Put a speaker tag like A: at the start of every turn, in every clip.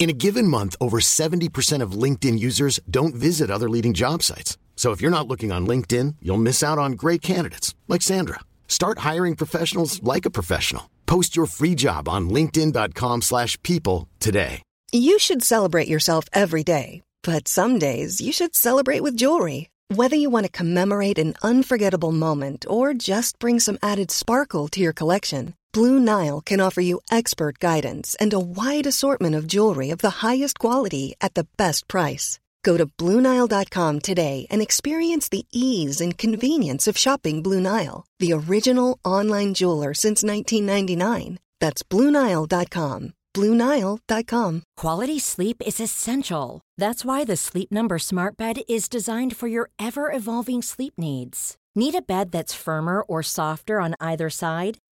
A: In a given month, over 70% of LinkedIn users don't visit other leading job sites. So if you're not looking on LinkedIn, you'll miss out on great candidates like Sandra. Start hiring professionals like a professional. Post your free job on linkedin.com/people slash people today.
B: You should celebrate yourself every day, but some days you should celebrate with jewelry. Whether you want to commemorate an unforgettable moment or just bring some added sparkle to your collection, Blue Nile can offer you expert guidance and a wide assortment of jewelry of the highest quality at the best price. Go to BlueNile.com today and experience the ease and convenience of shopping Blue Nile, the original online jeweler since 1999. That's BlueNile.com. BlueNile.com.
C: Quality sleep is essential. That's why the Sleep Number Smart Bed is designed for your ever evolving sleep needs. Need a bed that's firmer or softer on either side?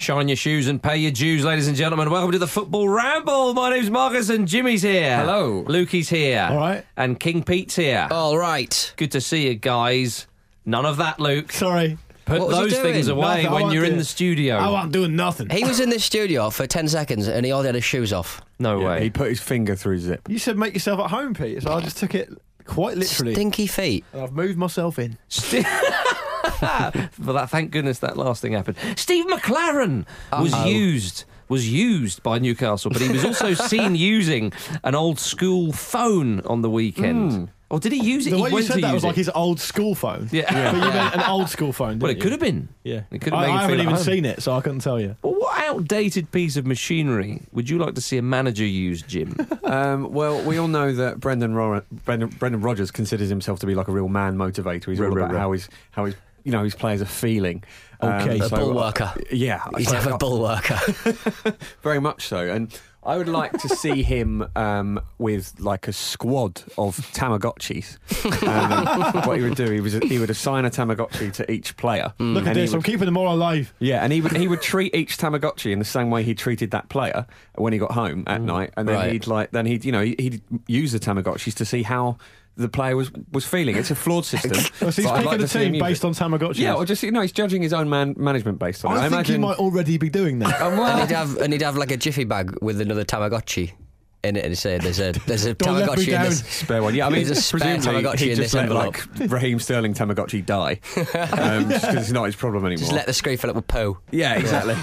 D: Shine your shoes and pay your dues, ladies and gentlemen. Welcome to the Football Ramble. My name's Marcus and Jimmy's here.
E: Hello.
D: Lukey's here.
F: All right.
D: And King Pete's here.
E: All right.
D: Good to see you guys. None of that, Luke.
F: Sorry.
D: Put
E: What was he
D: those
E: doing?
D: things away
F: Nothing. I
D: when
F: won't
D: you're
F: do
D: in
F: it.
D: the studio.
F: I wasn't doing nothing.
E: He was in the studio for 10 seconds and he already had his shoes off.
D: No
G: Yeah,
D: way.
G: He put his finger through his zip.
F: You said make yourself at home, Pete. So I just took it quite literally.
E: Stinky feet.
F: and I've moved myself in.
D: Ste- Well, that thank goodness that last thing happened. Steve McLaren was
F: Oh.
D: used was used by Newcastle, but he was also seen using an old school phone on the weekend. Or did he use
F: Hmm.
D: it?
F: The
D: he
F: way you
D: went
F: said
D: to
F: that
D: use
F: was like
D: it.
F: his old school phone.
D: Yeah. Yeah.
F: But you meant an old school phone.
D: Well, it
F: didn't
D: could
F: you?
D: have been.
F: Yeah.
D: it could have
F: I,
D: made
F: I
D: you feel
F: haven't
D: at
F: even
D: home.
F: seen it, so I couldn't tell you.
D: But what outdated piece of machinery would you like to see a manager use, Jim?
G: Um, well, we all know that Brendan, Ro- Brendan Brendan Rodgers considers himself to be like a real man motivator. He's all
D: Ruh, ruh,
G: about
D: ruh.
G: how he's how he's you know his players are feeling. Um,
F: Okay.
G: so,
F: A
E: bulwarker.
G: uh, yeah,
E: He's
G: so-
E: never a bull worker.
G: very much so. And I would like to see him um, with like a squad of Tamagotchis. Um, what he would do, he was he would assign a Tamagotchi to each player.
E: Hmm,
F: Look at
G: And he
F: this. I'm
G: would-
F: keeping them all alive.
G: yeah, and he would he would treat each Tamagotchi in the same way he treated that player when he got home
F: Mm.
G: at night, and then
E: Right.
G: he'd like then he'd you know he'd use the Tamagotchis to see how the player was was feeling. It's a flawed system.
F: Oh, so he's
G: but I'd
F: picking
G: like
F: a
G: to see him
F: team
G: use
F: based
G: it.
F: on Tamagotchi.
G: yeah, or just you know he's judging his own man management based on.
F: I,
G: it.
F: think
G: imagine
F: he might already be doing that.
D: Oh,
G: Um, well,
E: and, he'd have, and he'd have like a jiffy bag with another Tamagotchi in it and he'd say, there's a, there's a
F: Don't let me
E: Tamagotchi in
F: down.
E: this.
G: Spare one, yeah. I mean,
E: There's a spare
G: presumably
E: Tamagotchi
G: he
E: in
G: just
E: this
G: let like Raheem Sterling Tamagotchi die, um, just 'cause it's not his problem anymore.
E: Just let the screen fill up with poo.
G: yeah, exactly.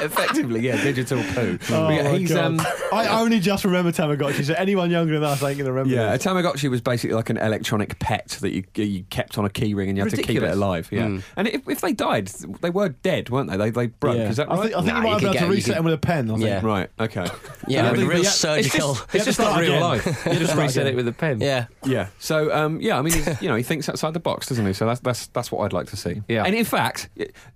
G: Effectively, yeah, digital poo.
F: Oh
G: But yeah,
F: my
G: he's
F: God.
G: um,
F: I only just remember Tamagotchi, so anyone younger than us ain't going to remember
G: Yeah, a
F: this.
G: Tamagotchi was basically like an electronic pet that you you kept on a keyring and you had to keep it
D: Ridiculous.
G: alive. Yeah,
E: Hmm.
G: and if, if they died, they were dead, weren't they? They they broke.
F: Yeah.
G: Is that
F: I
G: right?
F: think, I think
E: Nah,
F: you
E: you
F: might
E: could
F: be able
E: get-
F: to
E: you
F: reset
E: could-
F: them with a pen. I think.
E: Yeah.
G: Right. Okay.
E: Yeah,
F: but
E: with real
F: yeah, it's
D: It's
E: surgical.
D: just, it's
F: to
D: just
F: start
D: like real
F: again.
D: life.
F: You
D: You
F: have to
D: just
F: start
D: reset
F: again.
D: it with a pen.
E: yeah.
G: Yeah. So um, yeah, I mean, he's, you know, he thinks outside the box, doesn't he? So that's that's that's what I'd like to see.
D: Yeah.
G: And in fact,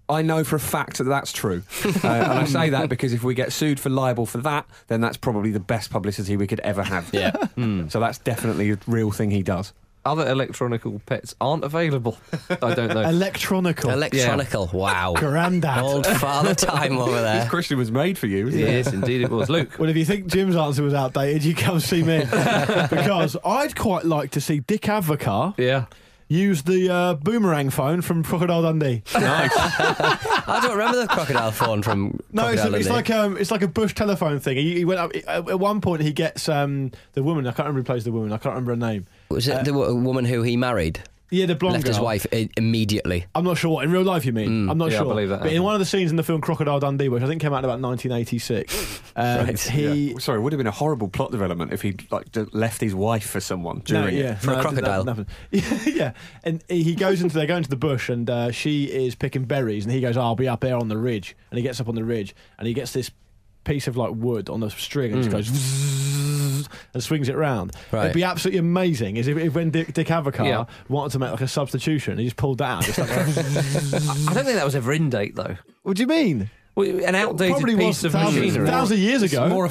G: I know for a fact that that's true, uh, and I say that because if we get sued for libel for that, then that's probably the best publicity we could ever have.
E: Yeah. Hmm.
G: So that's definitely a real thing he does.
D: other electronical pets aren't available. I don't know.
F: Electronical.
E: Electronical. Wow.
F: Grandad.
E: Old father time over
G: This
E: there.
G: question was made for you, isn't it?
D: yes, indeed it was. Luke.
F: Well, if you think Jim's answer was outdated, you come see me because I'd quite like to see Dick Avocar
D: Yeah.
F: use the uh, boomerang phone from Crocodile Dundee.
E: I don't remember the crocodile phone from.
F: No, it's,
E: crocodile
F: it's
E: Dundee.
F: like um, it's like a bush telephone thing. He, he went up at at one point. He gets um, the woman. I can't remember who plays the woman. I can't remember her name.
E: Was it the wo- woman who he married?
F: Yeah, the blonde
E: Left
F: girl.
E: his wife i- immediately. Mm.
F: I'm not sure. In real life, you mean? I'm not
D: yeah, I
F: sure.
D: believe that
F: But in
D: happened.
F: one of the scenes in the film Crocodile Dundee, which I think came out in about 1986, um,
E: Right,
F: he.
G: Yeah. Sorry, it would have been a horrible plot development if he'd like d- left his wife for someone
F: No,
G: during it.
F: yeah,
E: For a
F: no,
E: crocodile.
F: nothing. Yeah, yeah, and he goes into they go into the bush, and uh, she is picking berries, and he goes, "I'll be up there on the ridge," and he gets up on the ridge, and he gets this piece of like wood on the string, and just goes. "Vzz," And swings it round.
E: Right.
F: It'd be absolutely amazing. Is if, if when Dick, Dick Avocar
D: Yeah.
F: wanted to make like a substitution, he just pulled that out. Just like,
D: I don't think that was ever in date though.
F: what do you mean?
D: Well, An outdated
F: Probably
D: piece
F: was
D: of
F: thousands,
D: machinery.
F: thousands of years
G: It's
F: ago.
G: more a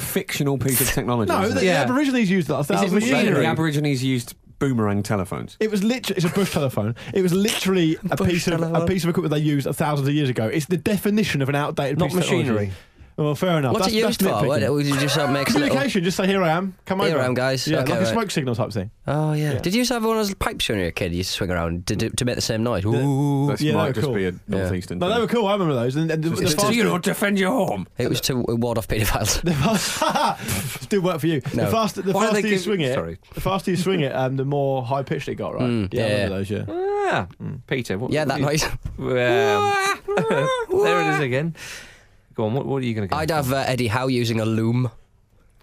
G: fictional piece of technology.
F: no,
G: isn't
F: the,
G: it?
D: Yeah.
F: the Aborigines used that a
G: Is it
F: thousand years
G: machinery?
F: ago.
G: The Aborigines used boomerang telephones.
F: It was literally it's a bush telephone. It was literally a
E: Bush
F: piece of
E: telephone.
F: a piece of equipment they used thousands of years ago. It's the definition of an outdated
D: Not
F: piece of
D: machinery.
F: technology. Well, fair enough.
E: What's
F: that's,
E: it used
F: that's
E: for? What,
F: nitpicking.
E: would you just like, make a little-
F: Communication. Just say here I am. Come
E: Here
F: over.
E: I am, guys.
F: Yeah,
E: Okay,
F: like
E: right.
F: a smoke signal type thing.
E: Oh yeah.
F: Yeah.
E: Did you used to have one of those pipes when you were a kid? You used to swing around to, do, to make the same noise. Ooh.
G: That
F: yeah, they were
G: might just
F: cool.
G: be a northeastern.
F: No, they were cool. I remember those. And, and the, the fast-
G: you know, defend your home.
E: It was to ward off paedophiles.
F: The fast, still work for you.
E: No.
F: The faster, the
D: Why do they
F: faster you
D: give-
F: swing it,
D: Sorry.
F: the faster you swing it, um, the more high pitched it got. Right?
E: Mm,
F: yeah, I
E: yeah.
F: remember those. Yeah.
D: Ah, Peter. What,
E: Yeah,
D: what
E: that
D: you-
E: noise.
D: Well, there it is again. Go on. What, what are you going to go?
E: I'd have uh, Eddie Howe using a loom.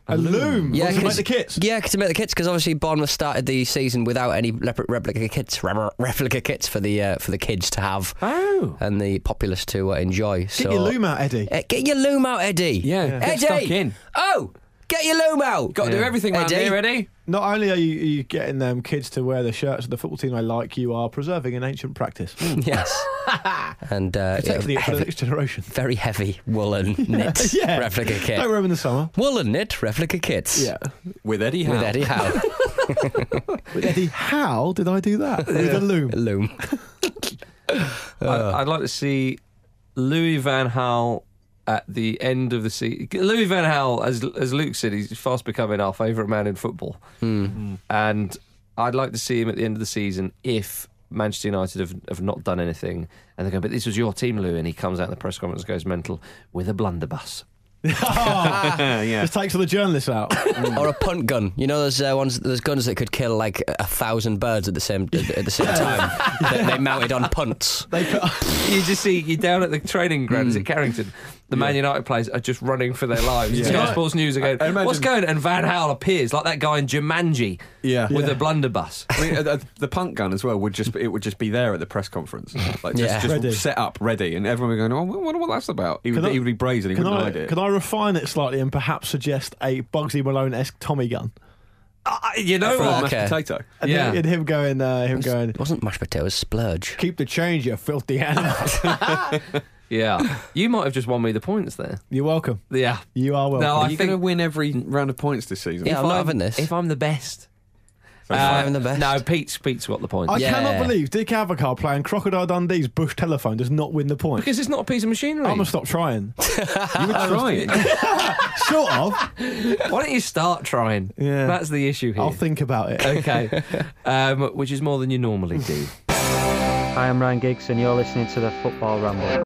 F: A loom. Yeah, to make
E: 'cause-
F: the kits.
E: Yeah, to make the kits because obviously Bournemouth started the season without any lep- replica kits, Uh, re- replica kits for the uh, for the kids to have
D: Oh.
E: and the populace to uh, enjoy.
F: Get
E: so
F: your loom out, Eddie.
E: Uh, get your loom out, Eddie.
G: Yeah, Yeah. get
E: Eddie.
G: stuck in.
E: Oh, get your loom
H: Oh,
E: out.
G: Got to do
D: Yeah.
G: everything round
E: Eddie.
G: here, Eddie.
F: Not only are you, you getting them kids to wear the shirts of the football team they like, you are preserving an ancient practice.
E: Yes. and uh,
F: Protecting it for the
E: heavy,
F: next generation.
E: very heavy woolen knit
F: yeah.
E: replica kit.
F: Don't wear them in the summer.
E: Woolen knit replica kits.
F: Yeah.
G: With Eddie Howe.
E: With Eddie Howe.
F: But Eddie, how did I do that? With a loom.
E: loom.
D: I, I'd like to see Louis Van Gaal at the end of the season. Louis Van Gaal, as as Luke said, he's fast becoming our favourite man in football,
G: Hmm.
D: and I'd like to see him at the end of the season if. Manchester United have, have not done anything, and they go, but this was your team, Lou. And he comes out in the press conference, goes mental with a blunderbuss.
G: Yeah, yeah.
F: Just takes all the journalists out.
E: or a punt gun. You know, those uh, ones, those guns that could kill like a thousand birds at the same at, the- at the same time. that they mounted on punts.
F: they put,
D: you just see you're down at the training grounds at Carrington. The Man United players are just running for their lives. Sky Sports News are going,
G: I- I imagine-
D: what's going? And Van Hal appears like that guy in Jumanji,
G: Yeah.
D: with
F: Yeah.
D: a blunderbuss.
G: I mean, uh, the, the punt gun as well would just be, it would just be there at the press conference, like just,
E: Yeah.
G: just
F: Ready.
G: set up, ready, and everyone would be going, "Oh, I wonder what that's about." He would,
F: Can I-
G: he would be brazen. He
F: can,
G: wouldn't
F: I,
G: hide it.
F: can I refine it slightly and perhaps suggest a Bugsy Malone esque Tommy gun?
D: Ah, you know
G: For
D: what?
G: a mashed
E: Okay.
G: potato.
F: And
D: Yeah.
F: him, and him going, uh, him going,
E: It wasn't mashed potatoes, splurge.
F: keep the change, you filthy animal.
D: Yeah, you might have just won me the points there.
F: You're welcome.
D: Yeah,
F: You are welcome.
D: No, I
G: Are you
D: think-
G: going to win every round of points this season?
E: Yeah,
G: If
E: I'm not
G: I-
E: having this.
D: if I'm the best, Uh,
E: I'm having the best.
D: No, Pete's Pete's got the point
F: I
E: Yeah.
F: cannot believe Dick Avocar playing Crocodile Dundee's bush telephone does not win the point.
D: because it's not a piece of machinery.
F: I'm going to stop trying.
G: you were trying.
F: sort of.
D: Why don't you start trying?
F: Yeah.
D: that's the issue here.
F: I'll think about it.
D: okay, um, which is more than you normally do.
I: I am Ryan Giggs, and you're listening to the Football Ramble.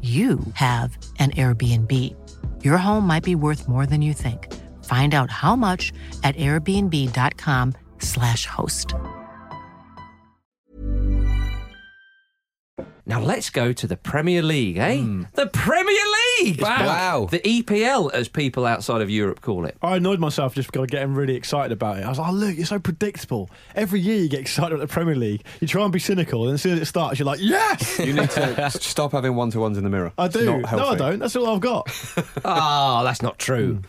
J: you have an Airbnb. Your home might be worth more than you think. Find out how much at airbnb.com/slash host.
D: Now let's go to the Premier League, eh? The Premier League! Wow. The EPL, as people outside of Europe call it.
F: I annoyed myself just because I get really excited about it. I was like, oh, look, you're so predictable. Every year you get excited about the Premier League. You try and be cynical, and as soon as it starts, you're like, yes!
G: You need to s- stop having one to ones in the mirror.
F: I
G: It's
F: do.
G: not
F: No, I
G: healthy.
F: don't. That's all I've got.
D: Ah, that's not true.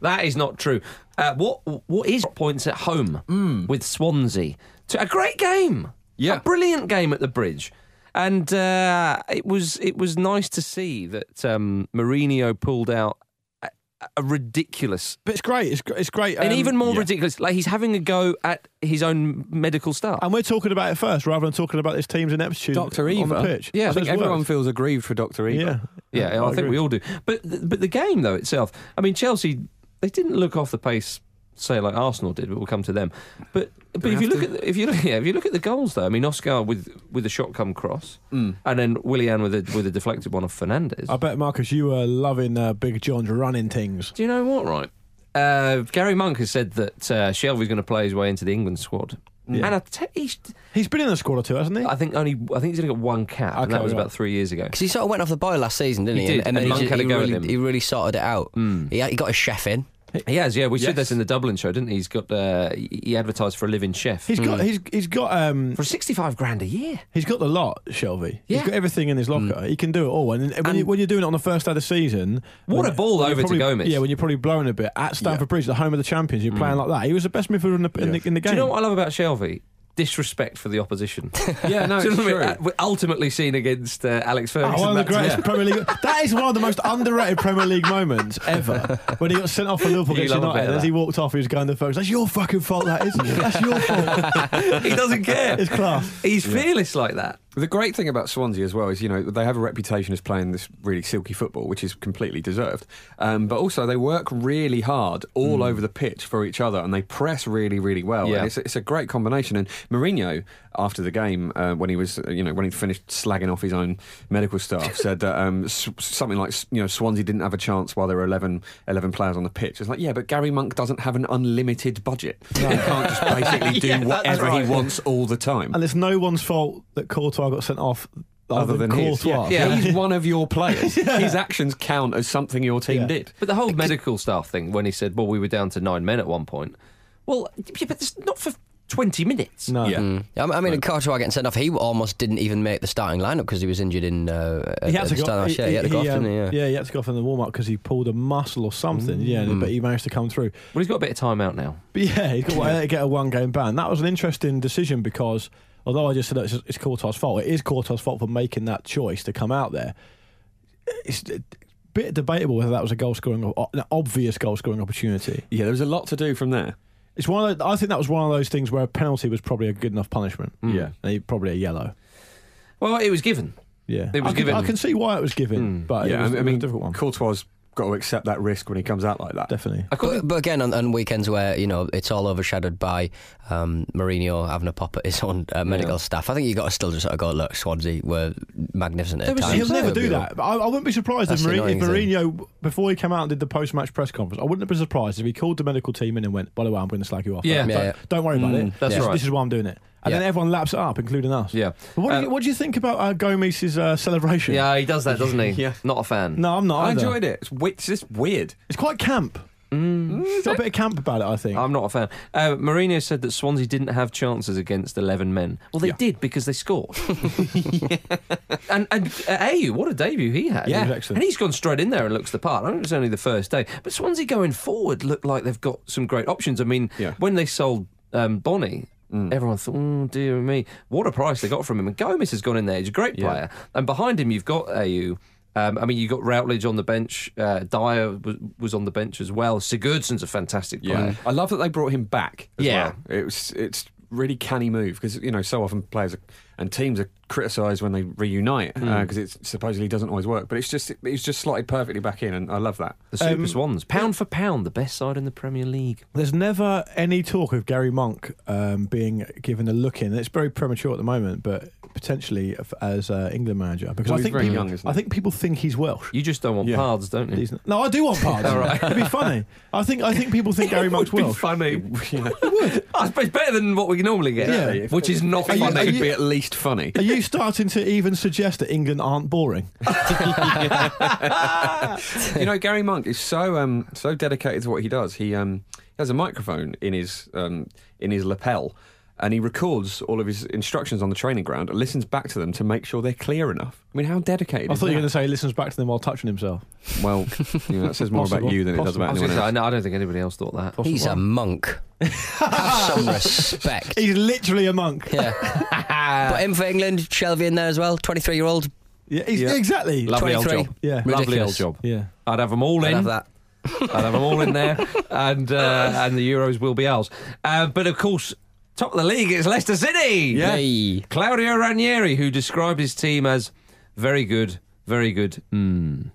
D: That is not true. Uh, what what is points at home with Swansea? To a great game, Hmm. yeah, a brilliant game at the Bridge, and uh, it was it was nice to see that um, Mourinho pulled out a, a ridiculous
F: But it's great. It's, gr- it's great. um,
D: and even more
F: yeah.
D: ridiculous. Like he's having a go at his own medical staff.
F: And we're talking about it first rather than talking about this team's ineptitude
G: Dr.
F: on
G: Eva.
F: the pitch.
D: Yeah, I
G: I
F: So
G: think
F: it's
G: everyone
F: worked.
G: feels aggrieved for Dr. Eva.
F: Yeah.
D: Yeah, I, think
F: agree.
D: we all do. But th- but the game though itself, I mean Chelsea, they didn't look off the pace, say like Arsenal did, but we'll come to them. But but if you look at the, if you look, yeah, if you look at the goals though, I mean Oscar with with a shot come cross, and then Willian with a with a deflected one off Fernandez.
F: I bet, Marcus, you were loving uh, Big John's running things.
D: do you know what? Right, uh, Gary Monk has said that uh, Shelby's going to play his way into the England squad, and I, te- he's,
F: He's been in the squad or two, hasn't he?
D: I think only I think he's only got one cap, and
F: Okay,
D: that was
F: right.
D: about three years ago.
E: Because he sort of went off the boil last season, didn't
D: He
E: he?
D: did, and
E: then
D: Monk
E: ju-
D: had a go at
E: really,
D: him. Hmm.
E: He really sorted it out. He, he got a chef in.
D: He has, yeah. We said
G: Yes.
D: this in the Dublin show, didn't he? He's got uh, he he advertised for a living chef.
F: He's got he's he's got um
D: for 65 grand a year.
F: he's got the lot, Shelby.
D: Yeah.
F: He's got everything in his locker. He can do it all. And, and when, you, when you're doing it on the first day of the season,
D: What
F: when-
D: a ball
F: when
D: over
F: you're
D: to
F: probably-
D: Gomez.
F: Yeah, when you're probably blown a bit at Stamford Bridge, the home of the champions, you're playing like that. He was the best midfielder in the in, the, in the
D: Hmm. Do
F: game.
D: you know what I love about Shelby? Disrespect for the opposition.
G: Yeah, no,
D: Do you
G: it's
D: know what I mean?
G: true.
D: Uh, we're ultimately seen against uh, Alex
F: Oh,
D: Ferguson.
F: one of the
D: that time.
F: greatest Premier League. That is one of the most underrated Premier League moments ever. When he got sent off for Liverpool
D: You
F: against
D: love a bit
F: United,
D: of
F: as he
D: that.
F: walked off, he was going to the folks. That's your fucking fault. That is. That's your fault.
D: he doesn't care.
F: It's class.
D: He's fearless like that.
G: The great thing about Swansea as well is, you know, they have a reputation as playing this really silky football, which is completely deserved. Um, but also, they work really hard all over the pitch for each other, and they press really, really well.
D: Hmm. Yeah.
G: And it's, it's a great combination. And Mourinho, after the game, uh, when he was, uh, you know, when he finished slagging off his own medical staff, said that um, s- something like, you know, Swansea didn't have a chance while there were 11, 11 players on the pitch. It's like, yeah, but Gary Monk doesn't have an unlimited budget. He can't just basically do
D: Yeah, that's
G: whatever
D: right.
G: he wants all the time.
F: And it's no one's fault that Courtois got sent off other, than,
G: his.
F: Courtois.
D: Yeah.
G: He's one of your players. His actions count as something your team
F: Yeah.
G: did.
D: But the whole medical staff thing, when he said, well, we were down to nine men at one point. Well, yeah, but it's not for 20 minutes.
F: No. Mm.
E: I I mean, Courtois getting sent off, he almost didn't even make the starting lineup because he was injured in uh, at,
F: He
E: at
F: had
E: the
F: to
E: start
F: go.
E: of last year. He had to go off,
F: um,
E: didn't he? Yeah. Mm.
F: he had to go off in the warm up because he pulled a muscle or something. Yeah, but he managed to come through.
D: Well, he's got a bit of time out now.
F: But yeah, he's got to get a one game ban. That was an interesting decision because although I just said it's, it's Courtois' fault, it is Courtois' fault for making that choice to come out there. It's a bit debatable whether that was a goal scoring, or an obvious goal scoring opportunity.
G: Yeah, there was a lot to do from there.
F: It's one. Of those, I think that was one of those things where a penalty was probably a good enough punishment.
E: Mm.
G: Yeah.
F: and he, probably a yellow.
D: Well, it was given.
F: Yeah,
D: It was
F: I can,
D: given.
F: I can see why it was given, but
G: Mm. yeah,
E: Mm.
F: it was,
G: I
F: it was
G: mean,
F: a difficult one.
G: Courtois got to accept that risk when he comes out like that.
F: Definitely.
E: But, but again, on, on weekends where you know it's all overshadowed by um, Mourinho having a pop at his own uh, medical staff, I think you got to still just sort of go look. Swansea were magnificent
F: There
E: at
F: was-
E: times.
F: he'll never
E: They'll
F: do
E: be-
F: that. But I, I wouldn't be surprised if,
E: That's the
F: Mourinho, if
E: annoying thing.
F: Mourinho, before he came out and did the post-match press conference, I wouldn't have been surprised if he called the medical team in and went, "By the way, I'm going to slag you off.
D: Yeah.
F: don't,
D: Yeah, yeah.
F: don't worry about
D: Mm,
F: it.
D: that's
F: this,
D: right.
F: this is why I'm doing it." And then
D: Yeah.
F: everyone laps it up, including us. Yeah. But what, do you, what do you think about uh, Gomez's uh, celebration?
D: Yeah, he does that, doesn't he?
F: Yeah.
D: Not a fan.
F: No, I'm not.
D: I
F: either.
D: enjoyed
G: it. It's, wi- it's just weird.
F: It's quite camp. It's got a bit of camp about it, I think.
D: I'm not a fan. Mm. Uh, Mourinho said that Swansea didn't have chances against 11 men. Well, they did because they scored. And and uh, Ayew, what a debut he had.
G: Yeah. He was excellent.
D: And he's gone straight in there and looks the part. I know it was only the first day, but Swansea going forward look like they've got some great options. I mean, when they sold um, Bonnie.
G: Mm.
D: Everyone thought, oh, dear me, what a price they got from him. And Gomez has gone in there. He's a great player. And behind him, you've got AU. Um, I mean, you've got Routledge on the bench. Uh, Dyer was, was on the bench as well. Sigurdsson's a fantastic player.
G: Yeah, I love that they brought him back. As
D: Yeah.
G: well. it was it's really canny move because you know so often players are, and teams are criticised when they reunite because
D: Mm.
G: it supposedly doesn't always work. But it's just it's just slotted perfectly back in, and I love that.
D: The
F: Um,
D: Super Swans, pound for pound, the best side in the Premier League.
F: There's never any talk of Gary Monk um, being given a look in. It's very premature at the moment, but potentially f- as uh, England manager because
D: Well,
F: I
D: he's
F: think
D: very
F: people,
D: young, isn't
F: I
D: he?
F: think people think he's Welsh.
D: You just don't want
F: Yeah.
D: paths, don't you?
F: He's not- No, I do want parts.
D: All right.
F: It'd be funny. I think I think people think Gary Monk's Welsh.
D: funny. I suppose better than what we normally get,
F: Yeah.
D: which is not
F: Are you-
D: funny.
F: are you- Could be at
G: least funny.
F: Are you starting to even suggest that England aren't boring?
G: you know, Gary Monk is so um, so dedicated to what he does. He um, he has a microphone in his um, in his lapel, and he records all of his instructions on the training ground and listens back to them to make sure they're clear enough. I mean, how dedicated?
F: I
G: is
F: thought you
G: that?
F: were going to say he listens back to them while touching himself.
G: Well, you know, that says more
F: Possible.
G: about you than it does
F: Possible.
G: about
F: I was
G: anyone
F: gonna
G: else.
F: say,
D: I don't think anybody else thought that.
E: He's a monk. Some respect.
F: He's literally a monk.
E: Yeah. but him for England, Shelby in there as well. Twenty-three year old.
F: Yeah, he's- Yeah. exactly.
D: Lovely old
E: 23.
D: job.
F: Yeah.
D: Lovely old
E: Ridiculous.
D: job.
F: Yeah.
D: I'd have them all in.
E: I'd have that.
D: I'd have them all in there, and uh, and the Euros will be ours. Uh, but of course, top of the league is Leicester City.
E: Yeah. Yay.
D: Claudio Ranieri, who described his team as very good, very good, mm,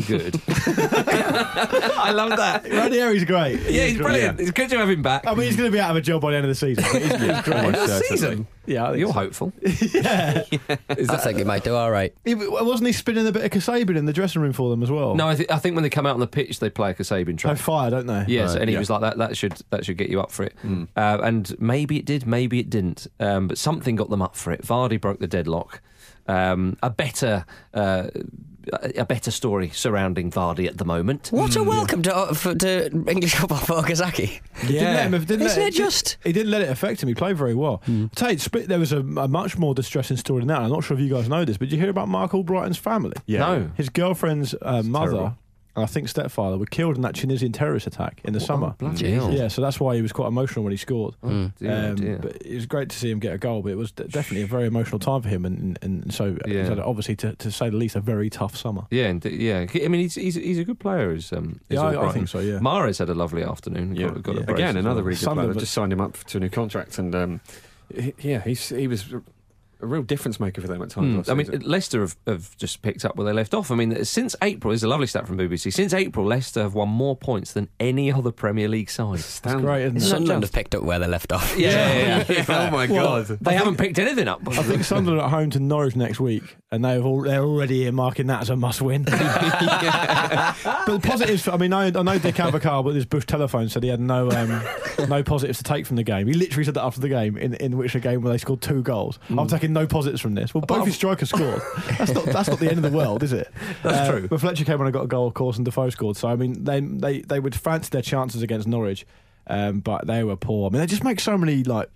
D: good. I love that.
F: Ranieri's great.
D: Yeah, he's brilliant. It's good to have him back.
F: I mean, he's going to be out of a job by the end of the season. But he's, he's great.
D: End of the season.
F: Yeah, I think
D: You're
F: so.
D: hopeful.
E: I think he might do all right.
F: He- wasn't he spinning a bit of Kasabian in the dressing room for them as well?
D: No, I, th- I think when they come out on the pitch, they play a Kasabian
F: They
D: track.
F: fire, don't they?
D: Yes,
F: Right,
D: and he
F: yeah.
D: was like that. That should that should get you up for it. Uh, and maybe it did, maybe it didn't. Um, but something got them up for it. Vardy broke the deadlock. Um, a better uh, a a better story surrounding Vardy at the moment.
E: What a welcome to, uh, for, to English football for Okazaki.
F: Didn't let him, didn't
E: Isn't
F: let,
E: it just?
F: He didn't let it affect him. He played very well.
D: Hmm.
F: I tell you, it's bit- there was a, a much more distressing story than that. I'm not sure if you guys know this, but did you hear about Mark Albrighton's family?
G: Yeah.
D: No.
F: His girlfriend's uh, mother,
G: terrible.
F: and I think stepfather, were killed in that Tunisian terrorist attack in the summer.
D: Oh, Bloody hell.
F: Yeah, Hmm. so that's why he was quite emotional when he scored. Um,
D: dear, oh dear.
F: But it was great to see him get a goal, but it was de- definitely a very emotional time for him. And, and, and so,
D: Yeah.
F: he's had obviously, to, to say the least, a very tough summer.
D: Yeah, and- yeah. I mean, he's he's, he's a good player. Is um, is
F: Yeah, I- I
D: Albrighton.
F: think so, yeah.
D: Mahrez had a lovely afternoon.
G: Yeah.
D: got, got A
F: Yeah.
D: brace
G: Again,
D: as
G: another
D: well.
G: really good player.
F: Sunderland-
G: They've just signed him up to a new contract, and um, he- yeah, he's he was a real difference maker for them at times.
F: Hmm.
D: Mm.
G: last
D: I mean,
G: season.
D: Leicester have, have just picked up where they left off. I mean, since April, there's a lovely stat from BBC. Since April, Leicester have won more points than any other Premier League side.
F: It's
G: Damn.
F: great, isn't it?
E: Sunderland have picked up where they left off.
D: Yeah,
G: oh my
F: Well,
G: god!
D: They haven't picked anything up.
F: I think Sunderland are at home to Norwich next week, and they've all, they're already earmarking that as a must-win. but the positives, I mean, I, I know Dick Avocar, but his Bush telephone said he had no um, no positives to take from the game. He literally said that after the game, in, in which a game where they scored two goals. I'm taking no positives from this. Well, both his strikers scored. That's not that's not the end of the world, is it? That's
D: true.
F: But Fletcher came on and got a goal, of course, and Defoe scored. So I mean, they they they would fancy their chances against Norwich, um, but they were poor. I mean, they just make so many like.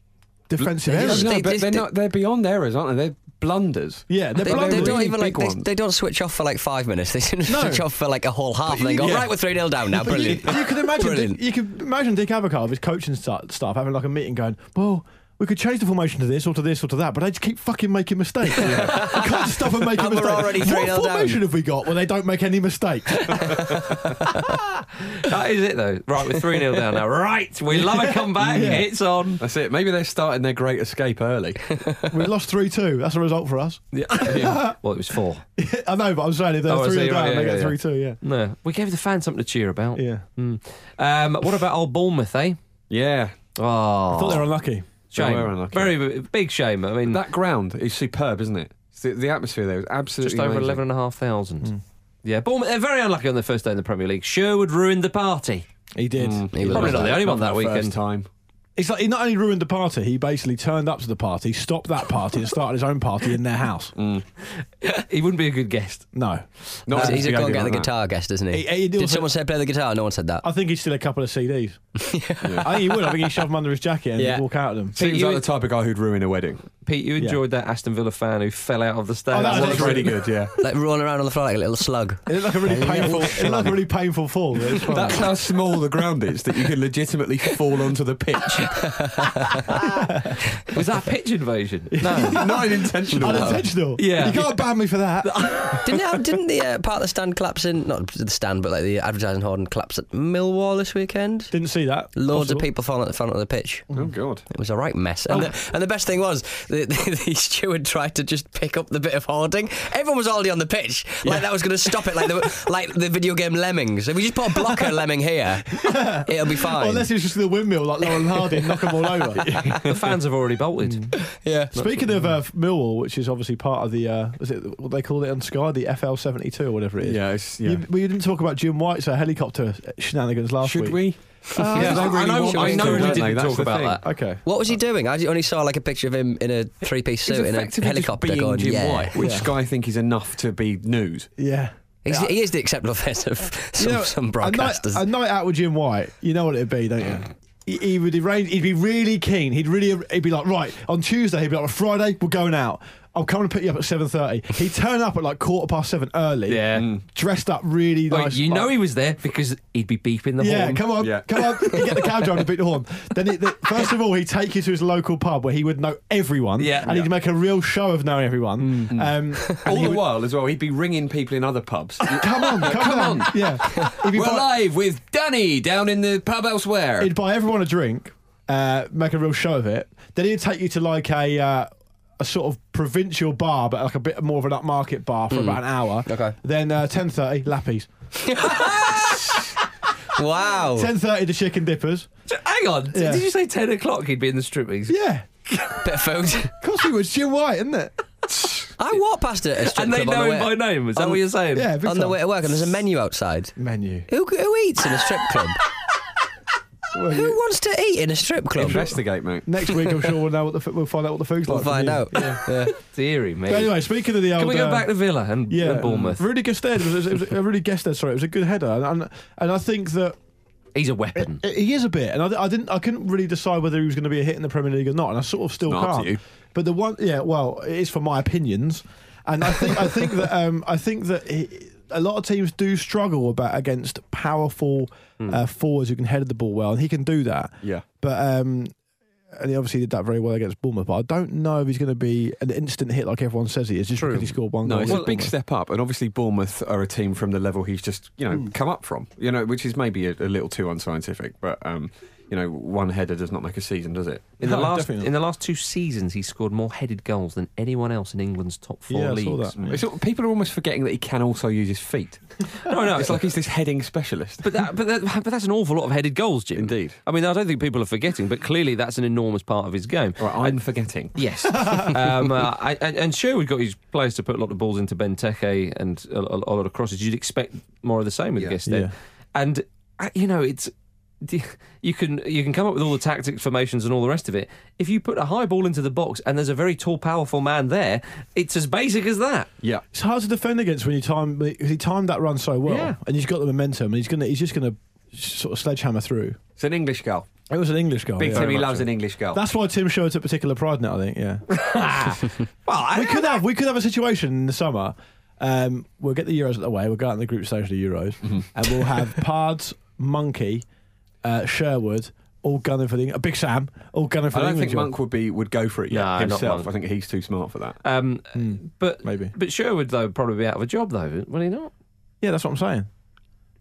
F: Defensive
E: They
F: errors.
E: just-
G: no,
E: they-
G: but
E: they-
G: they're not. They're beyond errors, aren't they? They're blunders.
F: Yeah, they're
E: They,
F: blunders.
E: they
G: Really
E: don't even like
G: big
E: they,
G: ones.
E: they don't switch off for like five minutes. They switch off for like a whole half and then
F: you-
E: go
F: yeah.
E: right. We're three 0 down now.
F: But you-
E: Brilliant.
F: You, could imagine.
E: Brilliant.
F: Dick, you could imagine Dick Abercrombie, his coaching sta- staff, having like a meeting, going, "Well, we could change the formation to this or to this or to that, but they just keep fucking making mistakes. I can't stop them making
E: And we're
F: mistakes.
E: already
F: what
E: 3-0 down.
F: formation have we got where they don't make any mistakes?
D: That is it, though. Right, we're 3 0 down now. Right, we love a comeback.
F: Yeah.
D: It's on.
G: That's it. Maybe they're starting their great escape early.
F: we lost 3 2. That's a result for us.
D: Yeah. Well, it was four.
F: I know, but I'm saying if they're
D: Oh, I
F: 3
D: see,
F: down,
D: right, yeah,
F: they
D: yeah,
F: get
D: yeah.
F: 3 2, yeah.
D: No, we gave the fans something to cheer about.
F: Yeah.
D: Mm. Um, what about old Bournemouth, eh?
G: Yeah.
D: Oh,
F: I thought they were unlucky.
D: shame.
G: They were unlucky.
D: Very big shame. I mean,
G: That ground is superb, isn't it? The, the atmosphere there is absolutely
D: just over
G: amazing. Hmm.
D: eleven and a half thousand. Yeah, Bournemouth, they're very unlucky on their first day in the Premier League. Sherwood ruined the party.
F: He did.
E: He was
D: Probably not the only one that
G: Not for the
D: weekend.
G: First time.
F: It's like he not only ruined the party, he basically turned up to the party, stopped that party, and started his own party in their house.
E: Mm.
D: He wouldn't be a good guest.
F: No.
E: He's-
G: Not since
E: he's a
G: we
E: go and
G: had him
E: get the
G: like that.
E: guitar guest, isn't he?
F: He- he
E: Did
F: also-
E: someone say play the guitar? No one said that.
F: I think he's still a couple of CDs. I think he would. I think he'd shove them under his jacket and
E: Yeah.
F: walk out of them.
G: Seems
D: you-
G: like the type of guy who'd ruin a wedding.
D: Pete, you enjoyed that Aston Villa fan who fell out of the stand.
F: Oh, that
G: That
F: was
G: was really good, yeah.
E: Like rolling around on the floor like a little slug.
F: It looked like a really painful. It looked like a really painful fall. but it was fun.
E: Oh.
G: That's how small the ground is that you can legitimately fall onto the pitch.
D: was that pitch invasion? No.
G: Not an intentional one.
F: unintentional.
D: Yeah.
F: you can't ban me for that.
E: Didn't they, didn't the uh, part of the stand collapse in? Not the stand, but like the advertising hoarding collapse at Millwall this weekend.
F: Didn't see that.
E: Loads
F: Possible.
E: of people falling at the front of the pitch.
G: Oh, God.
E: It was a right mess.
K: Oh.
E: And, the, and the best thing was, the, the, the steward tried to just pick up the bit of hoarding. Everyone was already on the pitch. Like that was going to stop it, like the, like the video game Lemmings. If we just put a blocker lemming here, it'll be
F: Well,
E: fine.
F: unless it was just the windmill, like Lauren Hardy, knock them all over.
D: the fans have already
G: Hmm.
D: bolted.
E: yeah.
F: Speaking of uh, Millwall, which is obviously part of the, uh, is it what they call it on Sky, the FL seventy two or whatever it is.
G: Yeah, it's, yeah.
F: You, we didn't talk about Jim White's uh, helicopter shenanigans last
G: Should
F: week.
G: we?
F: Uh,
G: Yeah,
D: I
G: I really
D: know,
G: want
D: I
G: us
D: know
G: to,
D: we
G: don't
D: didn't
G: they? That's
D: talk
G: the
D: about
G: thing.
D: that.
F: Okay.
E: What was he doing? I only saw like a picture of him in a three-piece
G: He's
E: suit in a
G: effectively just
E: helicopter
G: being
E: going,
G: Jim
E: yeah.
G: White, which Sky think is enough to be news.
F: Yeah.
E: He's, he is the acceptable face of some,
F: You know,
E: some
F: a night,
E: broadcasters.
F: a night out with Jim White, you know what it'd be, don't you? He, he would arrange. He'd be really keen. He'd really. He'd be like, right on Tuesday. He'd be like, on Friday we're going out. I'm coming to pick you up at seven thirty. He'd turn up at like quarter past seven early.
D: Yeah. Mm.
F: dressed up really
D: Well,
F: nice.
D: you know
F: like-
D: he was there because he'd be beeping the
F: yeah,
D: horn.
F: come on,
G: Yeah.
F: come on, He'd get the cab driver to beat the horn. Then, it, the, first of all, he'd take you to his local pub where he would know everyone,
D: Yeah. Mm.
F: and he'd make a real show of knowing everyone. Um, and
G: All
F: he
G: the
F: would-
G: while, as well, he'd be ringing people in other pubs.
F: come on, come, on. yeah. He'd be
G: We're
F: like-
G: live with Danny down in the pub elsewhere.
F: he'd buy everyone a drink, uh, make a real show of it. Then he'd take you to like a uh, a sort of provincial bar, but like a bit more of an upmarket bar for
D: Hmm.
F: about an hour.
E: Okay.
F: Then uh, ten thirty, lappies.
D: Oh.
E: wow.
F: Ten thirty, the chicken dippers.
D: Hang on.
F: Yeah.
D: Did you say 10 o'clock he'd be in the striptease?
F: Yeah,
E: Bit of food.
F: of course he was Jim White, isn't it?
E: I walked past it.
D: And they know him by
E: on the way,
D: name. Is that what you're saying?
F: Yeah, big
E: on the
F: time.
E: way to work, and there's a menu outside.
F: menu.
E: Who, who eats in a strip club?
F: Well,
E: who
F: you-
E: wants to eat in a strip club?
G: Investigate, mate.
F: next week, I'm sure we'll know what the f- we'll find out what the food's
E: We'll
F: like. from
E: find
F: you.
E: out. Yeah.
D: Deary me.
F: But anyway, speaking of the old,
D: Can we go
F: uh,
D: back to Villa and,
F: yeah,
D: and Bournemouth?
F: Really good stead. It was, it was a really guessed Sorry, it was a good header, and and, and I think that
D: He's a weapon.
F: He is a bit, and I, I didn't. I couldn't really decide whether he was going to be a hit in the Premier League or not, and I sort of still
G: not up
F: can't.
G: to you.
F: But the one, yeah, well, it is for my opinions, and I think I think that um, I think that he, a lot of teams do struggle about against powerful
G: Hmm.
F: uh, forwards who can head the ball well, and he can do that.
G: Yeah.
F: But um, and he obviously did that very well against Bournemouth. But I don't know if he's going to be an instant hit like everyone says he is, just because he scored one
G: No,
F: goal.
G: it's a
F: against
G: big
F: Bournemouth.
G: step up, and obviously Bournemouth are a team from the level he's just you
F: Hmm.
G: know come up from, you know, which is maybe a, a little too unscientific, but um, you know, one header does not make a season, does it?
D: In the
F: No,
D: last
F: Oh, definitely not.
D: in the last two seasons, he scored more headed goals than anyone else in England's top four
F: Yeah, I
D: leagues.
F: saw that.
G: It's all- people are almost forgetting that he can also use his feet.
D: No, no,
G: It's like he's this heading specialist.
D: But that, but that, but that's an awful lot of headed goals, Jim.
G: Indeed.
D: I mean, I don't think people are forgetting, but clearly that's an enormous part of his game.
G: All right, I'm forgetting.
D: Yes. um, uh, I, and, and Sherwood got his players to put a lot of balls into Benteke and a, a, a lot of crosses. You'd expect more of the same with
G: Yeah.
D: Gested.
F: Yeah.
D: And uh, you know, it's d- you can you can come up with all the tactics, formations, and all the rest of it. If you put a high ball into the box and there's a very tall, powerful man there, it's as basic as that.
G: Yeah.
F: It's hard to defend against when you time because he timed that run so well,
D: Yeah.
F: and he's got the momentum, and he's gonna he's just gonna sort of sledgehammer through.
G: It's an English girl.
F: It was an English goal.
G: Big
F: yeah.
G: Timmy loves an English girl.
F: That's why Tim Sherwood took particular pride in it. I think. Yeah,
D: Well, I,
F: we could have we could have a situation in the summer. Um, we'll get the Euros out of the way. We'll go out in the
G: Mm-hmm.
F: group stage of the Euros, and we'll have Pards, Monkey, uh, Sherwood, all gunning for the Eng- Big Sam, all gunning for
G: I
F: the
G: don't
F: England
G: think
F: job.
G: Monk would be would go for it yet
D: No, not
G: himself.
D: Monk.
G: I think he's too smart for that.
D: Um, but
F: Hmm, maybe.
D: But Sherwood though would probably be out of a job though, will he not?
F: Yeah, that's what I'm saying.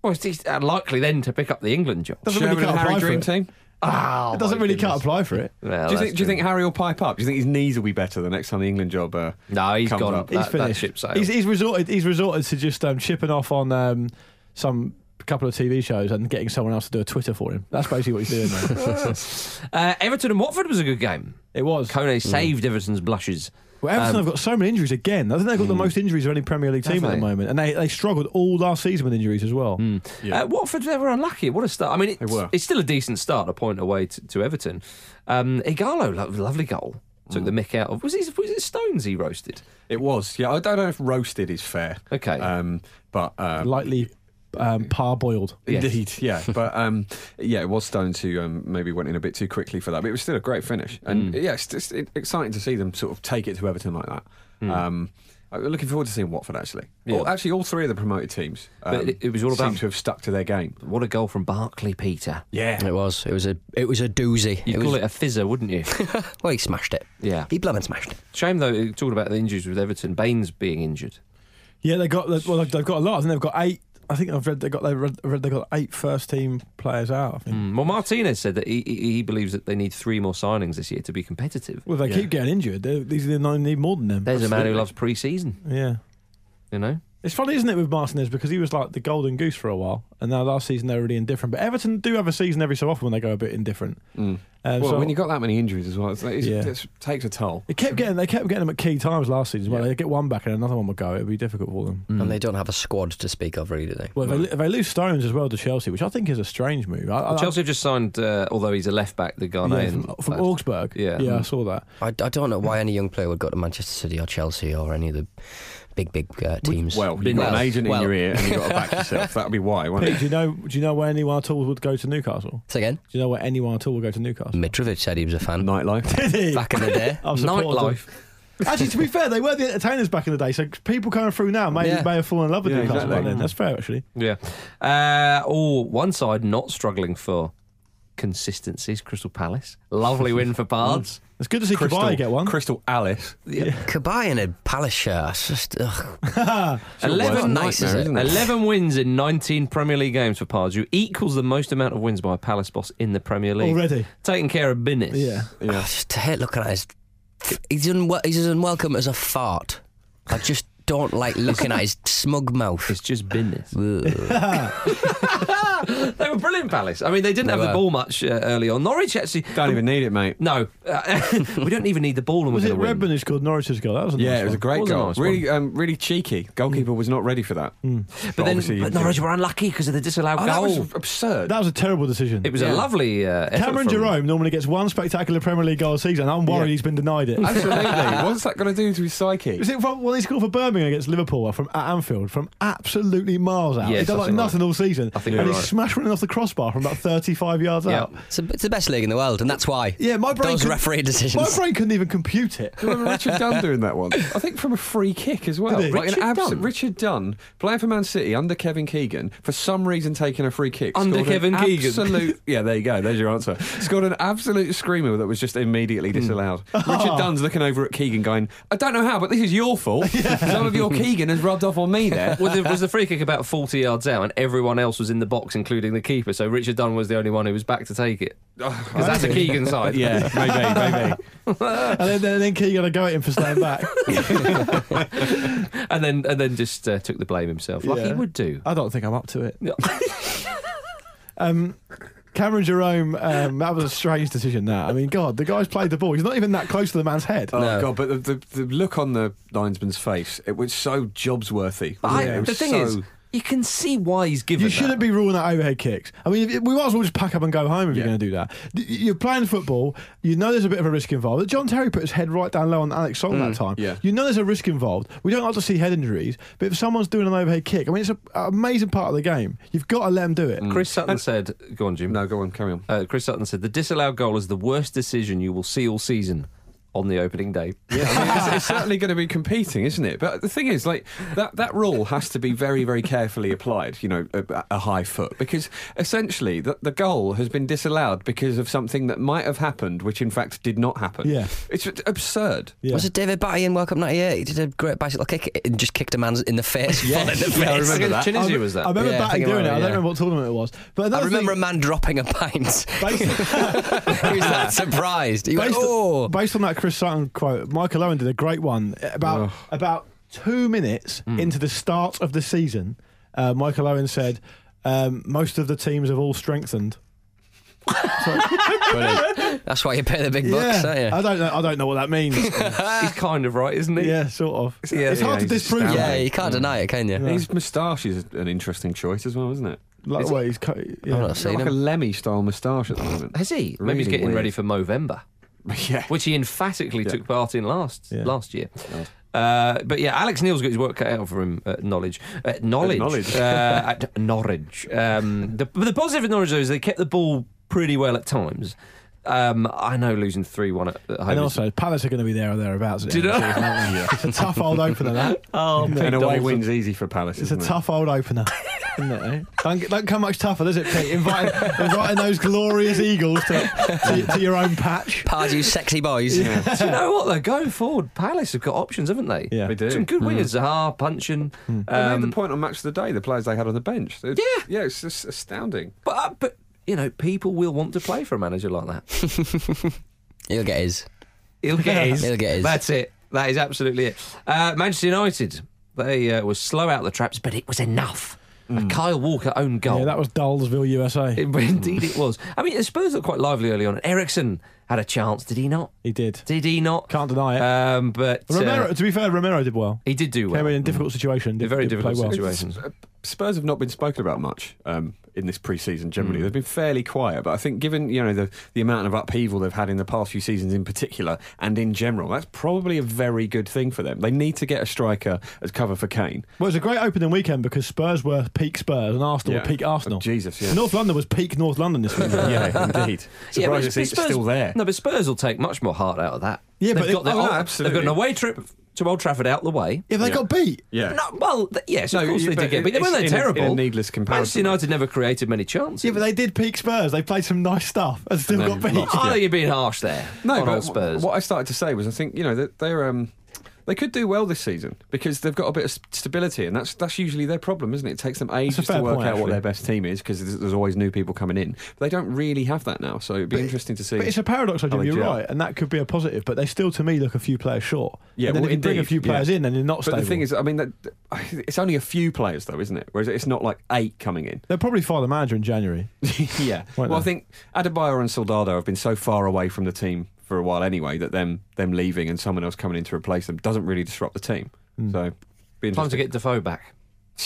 D: Well, it's- he's unlikely then to pick up the England job.
F: Doesn't really can't apply for it.
D: Oh,
F: it doesn't
D: my
F: really can't
D: goodness.
F: apply for it.
D: Well,
G: do you think?
D: that's
G: Do you
D: true.
G: think Harry will pipe up? Do you think his knees will be better the next time the England job? Uh,
D: No, he's
G: comes
D: gone.
G: up?
D: That,
F: he's
D: that
F: finished.
D: ship sailed.
F: he's, he's resorted. He's resorted to just um, chipping off on um, some couple of TV shows and getting someone else to do a Twitter for him. That's basically what he's doing. man.
D: uh, Everton and Watford was a good game.
F: it was.
D: Kone saved Everton's blushes.
F: Well, Everton
D: Um, Hmm.
F: have got so many injuries again. I think they've got the most injuries of any Premier League team at the
D: Definitely.
F: moment, and they, they struggled all last season with injuries as well.
D: Uh, Watford, they were unlucky. What a start. I mean, it's,
G: were.
D: it's still a decent start, a point away to, to Everton. Um, Igalo, lo- lovely goal. Took the
F: Mm.
D: mick out of. Was, he, was it Stones he roasted?
G: It was. Yeah, I don't know if roasted is fair.
D: Okay.
F: Uh,
G: Um, but um,
F: Lightly um, parboiled.
D: Yes.
G: Indeed, yeah, but um, yeah, it was Stones who um, maybe went in a bit too quickly for that, but it was still a great finish, and
D: Mm.
G: yeah, it's, it's it, exciting to see them sort of take it to Everton like that. Um, I'm looking forward to seeing Watford actually.
D: Mm. Yeah.
G: All- actually, all three of the promoted teams. um,
D: But it- it was all about-
G: seem to have stuck to their game.
D: What a goal from Barkley, Peter.
G: Yeah,
K: It was. It was a. It was a doozy.
D: You'd
K: it
D: call
K: was,
D: it a fizzer, wouldn't you?
K: Well, he smashed it.
D: yeah.
K: He blooming smashed it.
D: Shame, though, talking about the injuries with Everton, Baines being injured.
F: Yeah, they got well. They've, they've got a lot. I think they've got eight. I think I've read they got they read, read they got eight first team players out. I think.
D: Mm. Well, Martinez said that he, he, he believes that they need three more signings this year to be competitive.
F: Well, if they keep getting injured. they- These are the nine need more than them.
D: There's a man who loves pre season,
F: Yeah.
D: you know?
F: It's funny, isn't it, with Martinez because he was like the golden goose for a while, and now last season they're really indifferent. But Everton do have a season every so often when they go a bit indifferent. Um,
G: Mm. well,
F: so-
G: when you got that many injuries as well, it's, it's,
F: Yeah.
G: it takes a toll.
F: They kept getting they kept getting them at key times last season. Well, they get one back and another one would go. It would be difficult for them.
K: And
G: Mm.
K: they don't have a squad to speak of, really, do they?
F: Well, if, they, if they lose Stones as well to Chelsea, which I think is a strange move. I, I,
D: Chelsea have just signed, uh, although he's a left back, the
F: yeah,
D: Ghanaian.
F: from, from
D: lad.
F: Augsburg.
D: Yeah.
F: yeah, I
D: Mm.
F: saw that.
K: I, I don't know why any young player would go to Manchester City or Chelsea or any of the big, big uh, teams.
G: Well,
D: Been
G: you've got an
D: well,
G: agent
K: well.
G: in your ear, and you've got to back yourself. That'd be why, wouldn't
F: Pete,
G: it?
F: do you know do you know where anyone at all would go to Newcastle?
K: Say again.
F: Do you know where anyone at all would go to Newcastle?
K: Mitrovic said he was a fan
G: Nightlife.
K: back in the day.
F: I've supported them.
D: Nightlife.
F: Actually, to be fair, they were the entertainers back in the day, so people coming through now may,
K: Yeah.
F: may have fallen in love with
G: Yeah,
F: Newcastle by
G: exactly.
F: then. That's fair, actually.
D: Yeah. Uh, oh, one side not struggling for consistencies. Crystal Palace, lovely win for
K: Mm.
D: Bards.
F: It's good to see Kabay get one.
G: Crystal Alice.
K: Kabay in a Palace shirt. It's just, ugh.
G: It's a
D: Eleven,
G: nightmare,
K: nice, is it?
G: isn't it?
D: 11 wins in 19 Premier League games for Pardew equals the most amount of wins by a Palace boss in the Premier League.
F: Already.
D: taking care of business.
F: Yeah.
K: I just hate looking at his. He's, unwel- he's as unwelcome as a fart. I just don't like looking at his smug mouth.
D: It's just business.
K: Ugh.
D: they were brilliant, Palace. I mean, they didn't have the
K: were.
D: ball much uh, early on. Norwich actually.
G: Don't even need it, mate.
D: No, uh, we don't even need the ball and
F: Was
D: we're
F: it
D: going to win.
F: Redmond who scored Norwich's goal? That was a
G: Yeah,
F: nice
G: it was a
F: one.
G: great
D: was a
G: goal.
D: nice one.
G: really, um, really cheeky. Goalkeeper was not ready for that.
D: But
G: obviously-
D: then but Norwich were unlucky because of the disallowed
G: Oh, that
D: goal.
G: was absurd.
F: That was a terrible decision.
D: it was a lovely uh, effort
F: Cameron
D: from-
F: Jerome normally gets one spectacular Premier League goal a season. I'm worried
G: Yeah.
F: he's been denied it.
G: Absolutely. What's that going to do to his psyche?
F: Is it from, well, he scored for Birmingham against Liverpool from at Anfield from absolutely miles out.
D: Yes,
F: he done
D: I
F: like
D: think
F: nothing all season.
D: I think
F: and
D: you're
F: he
D: right.
F: smashed one off the crossbar from about 35 yards
D: Yeah.
F: out.
K: It's, a, it's the best league in the world, and that's why.
F: Yeah, my brain.
K: Those
F: couldn't-
K: referee
F: My
K: decisions.
F: brain couldn't even compute it.
G: Do you remember Richard Dunn doing that one? I think from a free kick as well.
F: Did he?
G: an
D: Richard
G: abs-
D: Dunn?
G: Richard Dunn playing for Man City under Kevin Keegan for some reason taking a free kick.
D: Under
G: scored an
D: Kevin Keegan.
G: Absolute. yeah, there you go. There's your answer. Scored an absolute screamer that was just immediately disallowed. Richard Dunn's looking over at Keegan, going, "I don't know how, but this is your fault. Some of your Keegan has rubbed off on me there."
D: Well, there was the free kick about 40 yards out, and everyone else was in the box, including the keeper. So Richard Dunn was the only one who was back to take it.
F: Oh,
D: Because that's a Keegan side.
G: yeah, maybe, maybe.
F: and then, then, then Key got to go at him for staying back.
D: And then and then just uh, took the blame himself, like he
F: Yeah.
D: would do.
F: I don't think I'm up to it.
D: No.
F: um, Cameron Jerome, um, that was a strange decision. That I mean, God, the guy's played the ball. He's not even that close to the man's head.
G: Oh god! But the, the, the look on the linesman's face—it was so jobsworthy.
D: But I-
G: wasn't it? It
D: the
G: was
D: thing
G: so-
D: is, you can see why he's given
F: You shouldn't
D: that.
F: be ruling out overhead kicks. I mean, if- we might as well just pack up and go home if you're
G: Yeah.
F: going to do that. D- You're playing football. You know there's a bit of a risk involved. John Terry put his head right down low on Alex Song that time.
G: Mm, yeah.
F: You know there's a risk involved. We don't like to see head injuries, but if someone's doing an overhead kick, I mean, it's a- an amazing part of the game. You've got to let them do
G: Mm.
F: it.
D: Chris Sutton said, go on, Jim.
G: No, go on, carry on.
D: Uh, Chris Sutton said, the disallowed goal is the worst decision you will see all season. on the opening day.
G: Yeah, I mean, it's, it's certainly going to be competing, isn't it? But the thing is, like that that rule has to be very, very carefully applied. You know, a, a high foot, because essentially the, the goal has been disallowed because of something that might have happened, which in fact did not happen.
K: Yeah.
G: it's absurd.
K: Was it David Batty in World Cup 98? He did a great bicycle kick and just kicked a man in the face.
G: Yes.
K: full in the
G: Yeah, I
K: face.
G: remember that. Tunisia was that.
F: I remember
K: Yeah,
F: Batty
K: think
F: doing it.
K: about
F: I don't
K: yeah.
F: remember what tournament it was. But
K: I
F: another
K: remember
F: thing-
K: a man dropping a pint.
F: Basically,
K: he was that surprised. He went,
F: based,
K: oh.
F: based on that Chris Sutton quote, Michael Owen did a great one about about two minutes
K: Hmm.
F: into the start of the season. Uh, Michael Owen said, um, "Most of the teams have all strengthened."
K: Brilliant. That's why you pay the big bucks, don't you?
F: I don't know. I don't know what that means.
D: he's kind of right, isn't he?
F: Yeah, sort of. It's,
D: Yeah,
F: hard to
G: he's
F: disprove.
G: astounding.
F: that.
G: His moustache is an interesting choice as well, isn't it?
F: Like
G: Is
F: the way
G: it-
F: he's cut.
G: He's
F: Yeah.
G: got like a Lemmy style moustache at the moment.
D: Has he? Maybe he's
G: Really
D: getting
G: weird.
D: ready for Movember.
G: Yeah.
D: Which he emphatically took part in last last year. Uh, but yeah, Alex Neil's got his work cut out for him at Knowledge. At Knowledge.
G: Norwich.
D: uh, at Norwich. Um, the, but the positive at Norwich, though, is they kept the ball pretty well at times. Um, I know losing 3 1 at, at home.
F: And
D: is-
F: also, Palace are going to be there or thereabouts. at the
D: Did
F: end of the
D: I?
F: season, aren't they?
D: Yeah.
F: It's a tough old opener. That.
D: Oh,
F: Isn't
G: an
F: it?
G: away win's easy for Palace.
F: It's a
G: isn't it?
F: tough old opener. isn't it, eh? Don't, get- don't come much tougher, does it, Pete? Inviting, inviting those glorious Eagles to, to, to your own patch.
K: Pardew, sexy boys.
D: Do you know what though? Going forward, Palace have got options, haven't they? Yeah, they
G: do.
D: Some
F: Hmm.
D: good wingers, Zaha, Punchin.
G: They
D: Um,
G: made the point on Match of the Day, the players they had on the bench. It-
D: Yeah.
G: Yeah, it's just astounding.
D: but uh, but you know, people will want to play for a manager like that.
K: He'll get his.
D: He'll get his.
K: He'll get his.
D: That's it. That is absolutely it. Uh, Manchester United. They uh, were slow out the traps, but it was enough. A Kyle Walker own goal.
F: Hmm. Yeah, that was Hmm. Dullsville, USA.
D: It- indeed, it was. I mean, the Spurs looked quite lively early on. Ericsson had a chance, did he not?
F: He did.
D: Did he not?
F: Can't deny it.
D: Um, but uh,
F: Romero, to be fair, Romero did well.
D: he did do well.
F: Came in a difficult situation. Did,
D: A very
F: did play
D: difficult
F: well.
D: situation.
G: uh, Spurs have not been spoken about much um, in this pre-season.
D: Hmm.
G: Generally, they've been fairly quiet. But I think, given you know the the amount of upheaval they've had in the past few seasons, in particular and in general, that's probably a very good thing for them. They need to get a striker as cover for Kane.
F: Well, it was a great opening weekend because Spurs were peak Spurs and Arsenal
G: Yeah.
F: were peak Arsenal.
G: Oh, Jesus, yeah.
F: North London was peak North London this weekend.
G: yeah, indeed.
D: Yeah, but
G: Surprised it's
D: Spurs-
G: still there.
D: No, but Spurs will take much more heart out of that.
F: Yeah,
D: they've
F: but they-
D: got their
G: oh, no,
D: old-
G: absolutely.
D: They've got an away trip to Old Trafford out the way.
F: If they
G: Yeah.
F: got beat,
G: Yeah.
D: No, well, th- yes, of
G: No,
D: course
G: you-
D: they
G: but
D: did get beat. They
G: it's
D: weren't
G: in a- in a
D: terrible.
G: needless comparison.
D: Manchester United never created many chances.
F: yeah, but they did peak Spurs. They played some nice stuff and still
G: And
F: got
G: then
F: beat.
G: lost.
D: I think you're being harsh there.
G: No,
D: on
G: but
D: old Spurs.
G: what I started to say was, I think you know that they're um, they could do well this season because they've got a bit of st- stability, and that's that's usually their problem, isn't it? It takes them ages
F: fair
G: to work
F: point,
G: out what
F: actually.
G: their best team is because there's, there's always new people coming in. But they don't really have that now, so it'd be interesting to see.
F: But it's a paradox, I
G: how
F: Jim.
G: they
F: You're
G: gel.
F: right, and that could be a positive. But they still, to me, look a few players short.
G: Yeah,
F: and then
G: well,
F: if you bring a
G: indeed,
F: few players
G: yeah.
F: in, then they're not
G: But
F: stable.
G: the thing is, I mean, that it's only a few players though, isn't it? Whereas it's not like eight coming in.
F: they'll probably fire the manager in January.
G: yeah.
F: Weren't
G: well, I
F: they?
G: think Adebayor and Soldado have been so far away from the team for a while anyway that them them leaving and someone else coming in to replace them doesn't really disrupt the team.
F: Hmm.
G: So. be
D: Time to
G: interesting.
D: get Defoe back,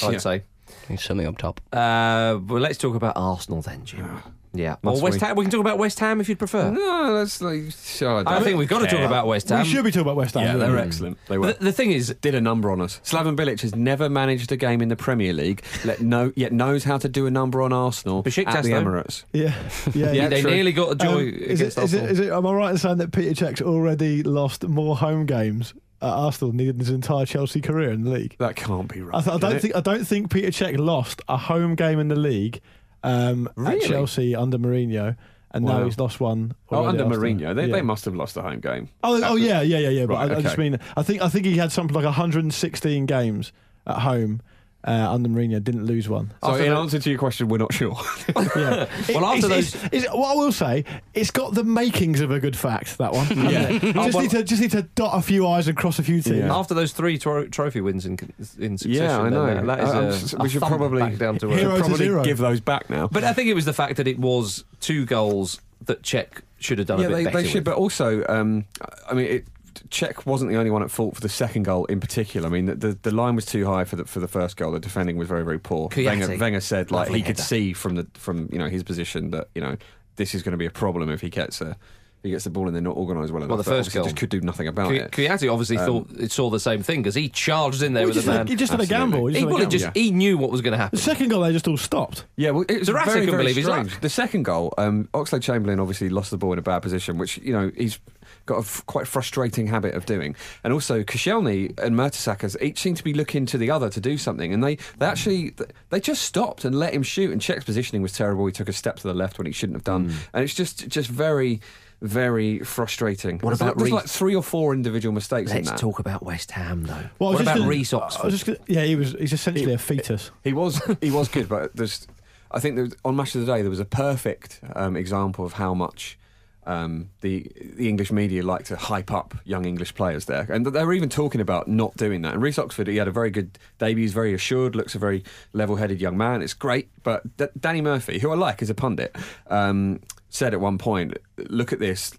D: I'd
G: Yeah.
D: say.
K: He's something up top.
D: Uh, well, let's talk about Arsenal then, Jim. Yeah. Or
G: Must
D: West
G: we?
D: Ham. We can talk about West Ham if you'd prefer.
G: No, that's like. sure,
D: I
G: don't
D: think we've got to talk
G: care.
D: about West Ham.
F: we should be talking about West Ham.
G: Yeah, they
F: really.
G: were excellent. They were.
D: the, the thing is,
G: Did a number on us. Slaven Bilic has never managed a game in the Premier League. Let no, yet knows how to do a number on Arsenal
D: Besiktas,
G: at the
D: though.
G: Emirates.
F: Yeah, yeah.
D: yeah,
F: yeah.
D: they
G: true.
D: nearly got a joy
F: Um, is,
D: against
F: it, is,
D: Arsenal.
F: it, is it? Am I right in saying that Peter Cech's already lost more home games at Arsenal than he did in his entire Chelsea career in the league?
G: That can't be right.
F: I, th- I
G: can
F: don't
G: it?
F: think I don't think Peter Cech lost a home game in the league um,
D: Really?
F: at Chelsea under Mourinho, and now
G: Wow.
F: he's lost one.
G: Oh,
F: already
G: under
F: after-
G: Mourinho, they,
F: yeah.
G: they must have lost the home game.
F: Oh, oh
G: After-
F: yeah, yeah, yeah, yeah. But
G: Right,
F: I, I just
G: okay.
F: mean, I think I think he had something like 116 games at home uh, under Mourinho, didn't lose one.
G: So,
D: After
G: in
D: the-
G: answer to your question, we're not sure.
F: Yeah.
D: Well, after
F: it's- it's- it's- what I will say, it's got the makings of a good fact. That one.
G: Yeah.
F: just
G: Oh, well-
F: need to just need to dot a few i's and cross a few t's.
G: Yeah.
D: After those three tro- trophy wins in, in succession,
G: yeah, I
D: then,
G: know.
D: uh, that is
G: I- I'm
D: a-
G: s-
D: a
G: we should
D: thump
G: probably
D: back down to
G: we should
F: Hero
D: earth.
F: to
G: probably
F: zero.
G: give those back now.
D: But I think it was the fact that it was two goals that Czech should have done
G: yeah,
D: a bit
G: they,
D: better.
G: they should.
D: with.
G: But also, um, I mean, it, Czech wasn't the only one at fault for the second goal in particular. I mean, the, the, the line was too high for the for the first goal. The defending was very very poor.
D: Kouyaté.
G: Wenger, Wenger said like
D: Lovely
G: he could
D: header.
G: see from the from you know his position that you know this is going to be a problem if he gets a he gets the ball and they're not organised well enough.
D: Well, the
G: but
D: first
G: obviously
D: goal.
G: just could do nothing about
D: Kwi-
G: it.
D: Kwiatkowski obviously
G: Um,
D: thought it saw the same thing because he charged in there
F: Well, he
D: with
F: just
D: a
F: had-
D: man.
F: he just had a Absolutely. gamble, he just
D: He,
F: had a
D: well, he
F: gamble.
D: just he knew what was going to happen.
F: The second goal, they just all stopped.
G: Yeah, well, it was
D: Zarate
G: very,
D: couldn't
G: very
D: believe his
G: strange. The second goal, um, Oxlade Chamberlain obviously lost the ball in a bad position, which you know he's got a f- quite frustrating habit of doing. And also, Koscielny and Mertesackers each seem to be looking to the other to do something, and they they actually th- they just stopped and let him shoot. And Czech's positioning was terrible. He took a step to the left when he shouldn't have
D: Hmm.
G: done, and it's just just very. Very frustrating.
D: What
G: There's
D: about
G: like, there's
D: Reece?
G: like three or four individual mistakes in
D: Let's
G: that.
D: talk about West Ham though.
F: Well, I
D: what
F: was just
D: about
F: gonna-
D: Reece Oxford?
F: I was just gonna- yeah, he was. He's essentially a fetus.
G: He was he was good, but there's I think there was, on Match of the Day there was a perfect um, example of how much um, the the English media like to hype up young English players there, and they were even talking about not doing that. And Reece Oxford, he had a very good debut. He's very assured, looks a very level-headed young man. It's great, but D- Danny Murphy, who I like as a pundit, um, said at one point, "Look at this."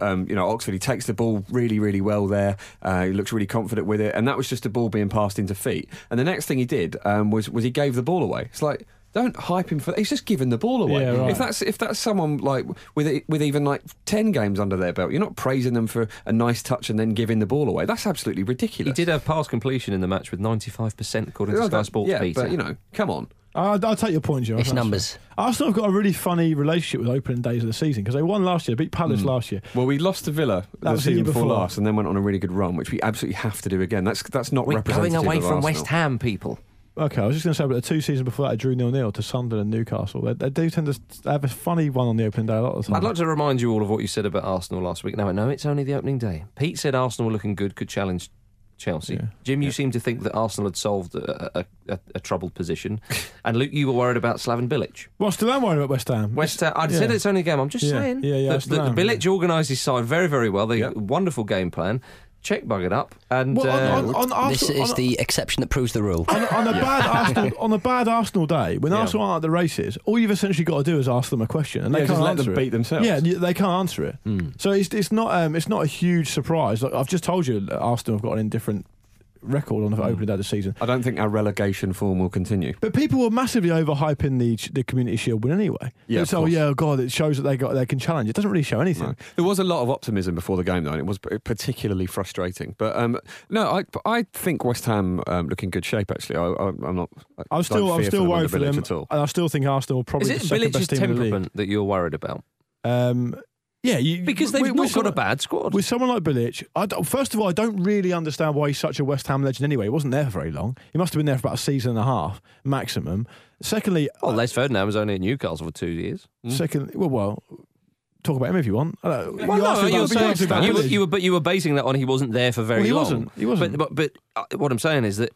G: um, you know, Oxford, he takes the ball really, really well there. Uh, he looks really confident with it. And that was just a ball being passed into feet. And the next thing he did um, was was he gave the ball away. It's like, don't hype him for that. He's just giving the ball away.
F: Yeah, right.
G: If that's if that's someone like with it- with even like ten games under their belt, you're not praising them for a nice touch and then giving the ball away. That's absolutely
D: he
G: ridiculous.
D: did have pass completion in the match with 95% according to
G: Yeah,
D: Sky
G: but-
D: Sports
G: yeah,
D: Peter.
G: but you know, come on.
F: I, I'll take your point, Joe. I
K: It's
F: think that's
K: numbers.
F: right. Arsenal have got a really funny relationship with opening days of the season because they won last year, beat
D: Hmm.
F: Palace last year.
G: Well, we lost to Villa
F: That
G: the
F: was the
G: season
F: year
G: before
F: before.
G: last, and then went on a really good run, which we absolutely have to do again. That's that's not
D: We're going
G: representative
D: away
G: of
D: from
G: Arsenal.
D: West Ham, people.
F: Okay, I was just going to say, but the two seasons before that, I drew nil nil to Sunderland and Newcastle. They, they do tend to s- have a funny one on the opening day a lot of the time.
D: I'd like to remind you all of what you said about Arsenal last week. No, no, it's only the opening day. Pete said Arsenal were looking good, could challenge Chelsea.
F: Yeah.
D: Jim, you seem to think that Arsenal had solved a, a, a, a troubled position. and Luke, you were worried about Slaven Bilic.
F: well, still am worried about West Ham.
D: West Ham, I said
F: yeah.
D: it's only a game. I'm just
F: Yeah,
D: saying.
F: yeah, yeah,
D: that-
F: it's
D: that
F: down,
D: Bilic organised his side very, very well. They
G: Yep.
D: wonderful game plan. Check bug it up. And
F: Well,
D: uh,
F: on, on, on
K: this
F: Arsenal-
K: is
F: on-
K: the exception that proves the rule.
F: on, on a bad Arsenal on a bad Arsenal day when Arsenal aren't at the races, all you've essentially got to do is ask them a question, and
G: Yeah,
F: they
G: just
F: can't
G: let
F: answer
G: them
F: it.
G: beat themselves. Hmm.
F: Yeah, and you- they can't answer it. So it's it's not um, it's not a huge surprise. Like, I've just told you, that Arsenal have got an indifferent record on
G: Hmm.
F: the opening day of the season.
G: I don't think our relegation form will continue.
F: But people were massively overhyping the the Community Shield win anyway.
G: Yeah,
F: it's,
G: of
F: oh
G: course.
F: yeah, God, it shows that they got they can challenge. It doesn't really show anything.
G: No. There was a lot of optimism before the game, though, and it was p- particularly frustrating. But um, no, I I think West Ham um, look in good shape. Actually, I, I, I'm not. I
F: I'm
G: don't
F: still I'm
G: fear
F: still
G: them
F: worried
G: under
F: for
G: Bilic
F: them,
G: at all.
F: and I still think Arsenal are
D: is
F: probably
D: it
F: the second
D: Bilic's
F: best team in the league.
D: temperament that you're worried about?
F: Um, yeah, you,
D: Because
F: we-
D: they've
F: we're
D: not got
F: sort
D: a
F: of-
D: bad squad.
F: With someone like Bilic, I don't- first of all, I don't really understand why he's such a West Ham legend anyway. He wasn't there for very long. He must have been there for about a season and a half maximum. Secondly, uh,
D: Well, Les Ferdinand was only at Newcastle for two years.
F: Mm. secondly, well, well, talk about him if you want. I don't-
D: Well,
F: you
D: no,
F: asked me about-
D: you were
F: you asked me
D: saying-
F: about
D: you were-
F: Bilic.
D: you were- but you were basing that on he wasn't there for very
F: Well, he
D: long.
F: wasn't. He wasn't.
D: But, but, but uh, what I'm saying is that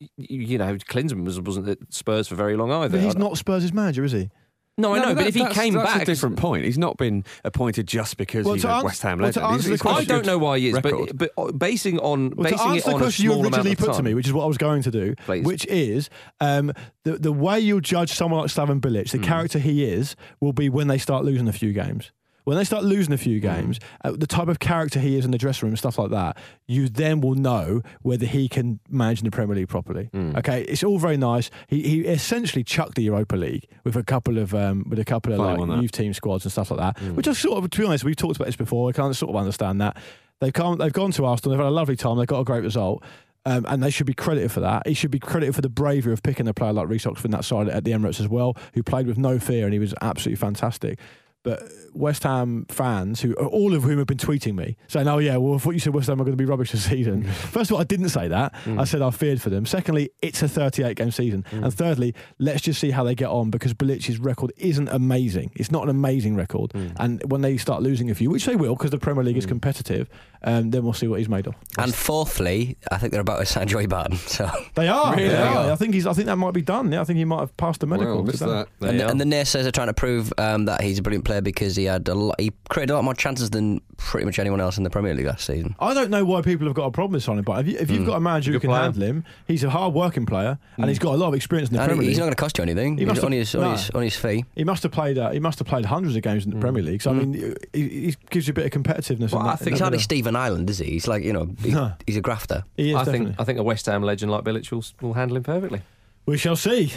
D: y- y- you know Klinsman was, wasn't at Spurs for very long either.
F: But he's
D: I-
F: not Spurs' manager, is he?
D: No, I know.
G: No,
D: But, if he
G: that's-
D: came
G: that's
D: back,
G: a different point. He's not been appointed just because
F: Well,
G: he's
F: to
G: a
F: ans-
G: West Ham
F: well, to
G: legend.
F: answer
G: He's-
F: the
G: he's got a
D: I don't
G: good
D: know why he is,
G: record.
D: but, but uh, basing on
F: Well, to
D: basing
F: answer
D: it
F: the
D: on a
F: question you
D: small amount
F: originally
D: of
F: put to
D: time.
F: me, which is what I was going to do,
D: Please.
F: which is um, the the way you'll judge someone like Slaven Bilic,
D: Hmm.
F: the character he is, will be when they start losing a few games. When they start losing a few
D: Hmm.
F: games, uh, the type of character he is in the dressing room, and stuff like that, you then will know whether he can manage in the Premier League properly.
D: Hmm.
F: Okay, it's all very nice. He, he essentially chucked the Europa League with a couple of um, with a couple of
G: Funny one,
F: like
G: that.
F: youth team squads and stuff like that. Which I sort of, to be honest, we've talked about this before. I kind of sort of understand that they've come, they've gone to Arsenal, they've had a lovely time, they've got a great result, um, and they should be credited for that. He should be credited for the bravery of picking a player like Reece Oxford in that side at the Emirates as well, who played with no fear and he was absolutely fantastic. But uh, West Ham fans, who uh, all of whom have been tweeting me saying, "Oh yeah, well, I thought you said West Ham are going to be rubbish this season." First of all, I didn't say that. I said I feared for them. Secondly, it's a 38 game season, and thirdly, let's just see how they get on because Bilic's record isn't amazing. It's not an amazing record, and when they start losing a few, which they will because the Premier League is competitive, um, then we'll see what he's made of.
K: And fourthly, I think they're about to sign Joey Barton. So,
F: They are.
K: Really?
F: They are.
K: Yeah.
F: I think he's. I think that might be done. Yeah, I think he might have passed the medical.
G: Well, missed
F: today.
G: that.
D: There
K: and,
D: you
K: the,
D: are.
K: and the nurses are trying to prove um, that he's a brilliant player because he had a lot, he created a lot more chances than pretty much anyone else in the Premier League last season.
F: I don't know why people have got a problem with signing, but if, you, if
K: Hmm.
F: you've got a manager who
D: Good
F: can
D: player.
F: handle him, he's a hard-working player and he's got a lot of experience in the
K: And
F: Premier
K: he- he's
F: League.
K: not going to cost you anything.
F: He
K: He's
F: must
K: on,
F: have-
K: his, on,
F: no.
K: his, Hmm. on his fee.
F: he must have played. Uh, he must have played hundreds of games in the Premier League. So I mean, he, he he gives you a bit of competitiveness.
D: Well,
F: in
D: I
F: that,
D: think
F: in
K: He's
F: that
K: hardly
F: middle.
K: Stephen Island, is he? He's like, you know, he-
F: No.
K: he's a grafter.
F: He is
D: I think
F: definitely.
D: I think a West Ham legend like Bilic will, will handle him perfectly.
F: we shall see.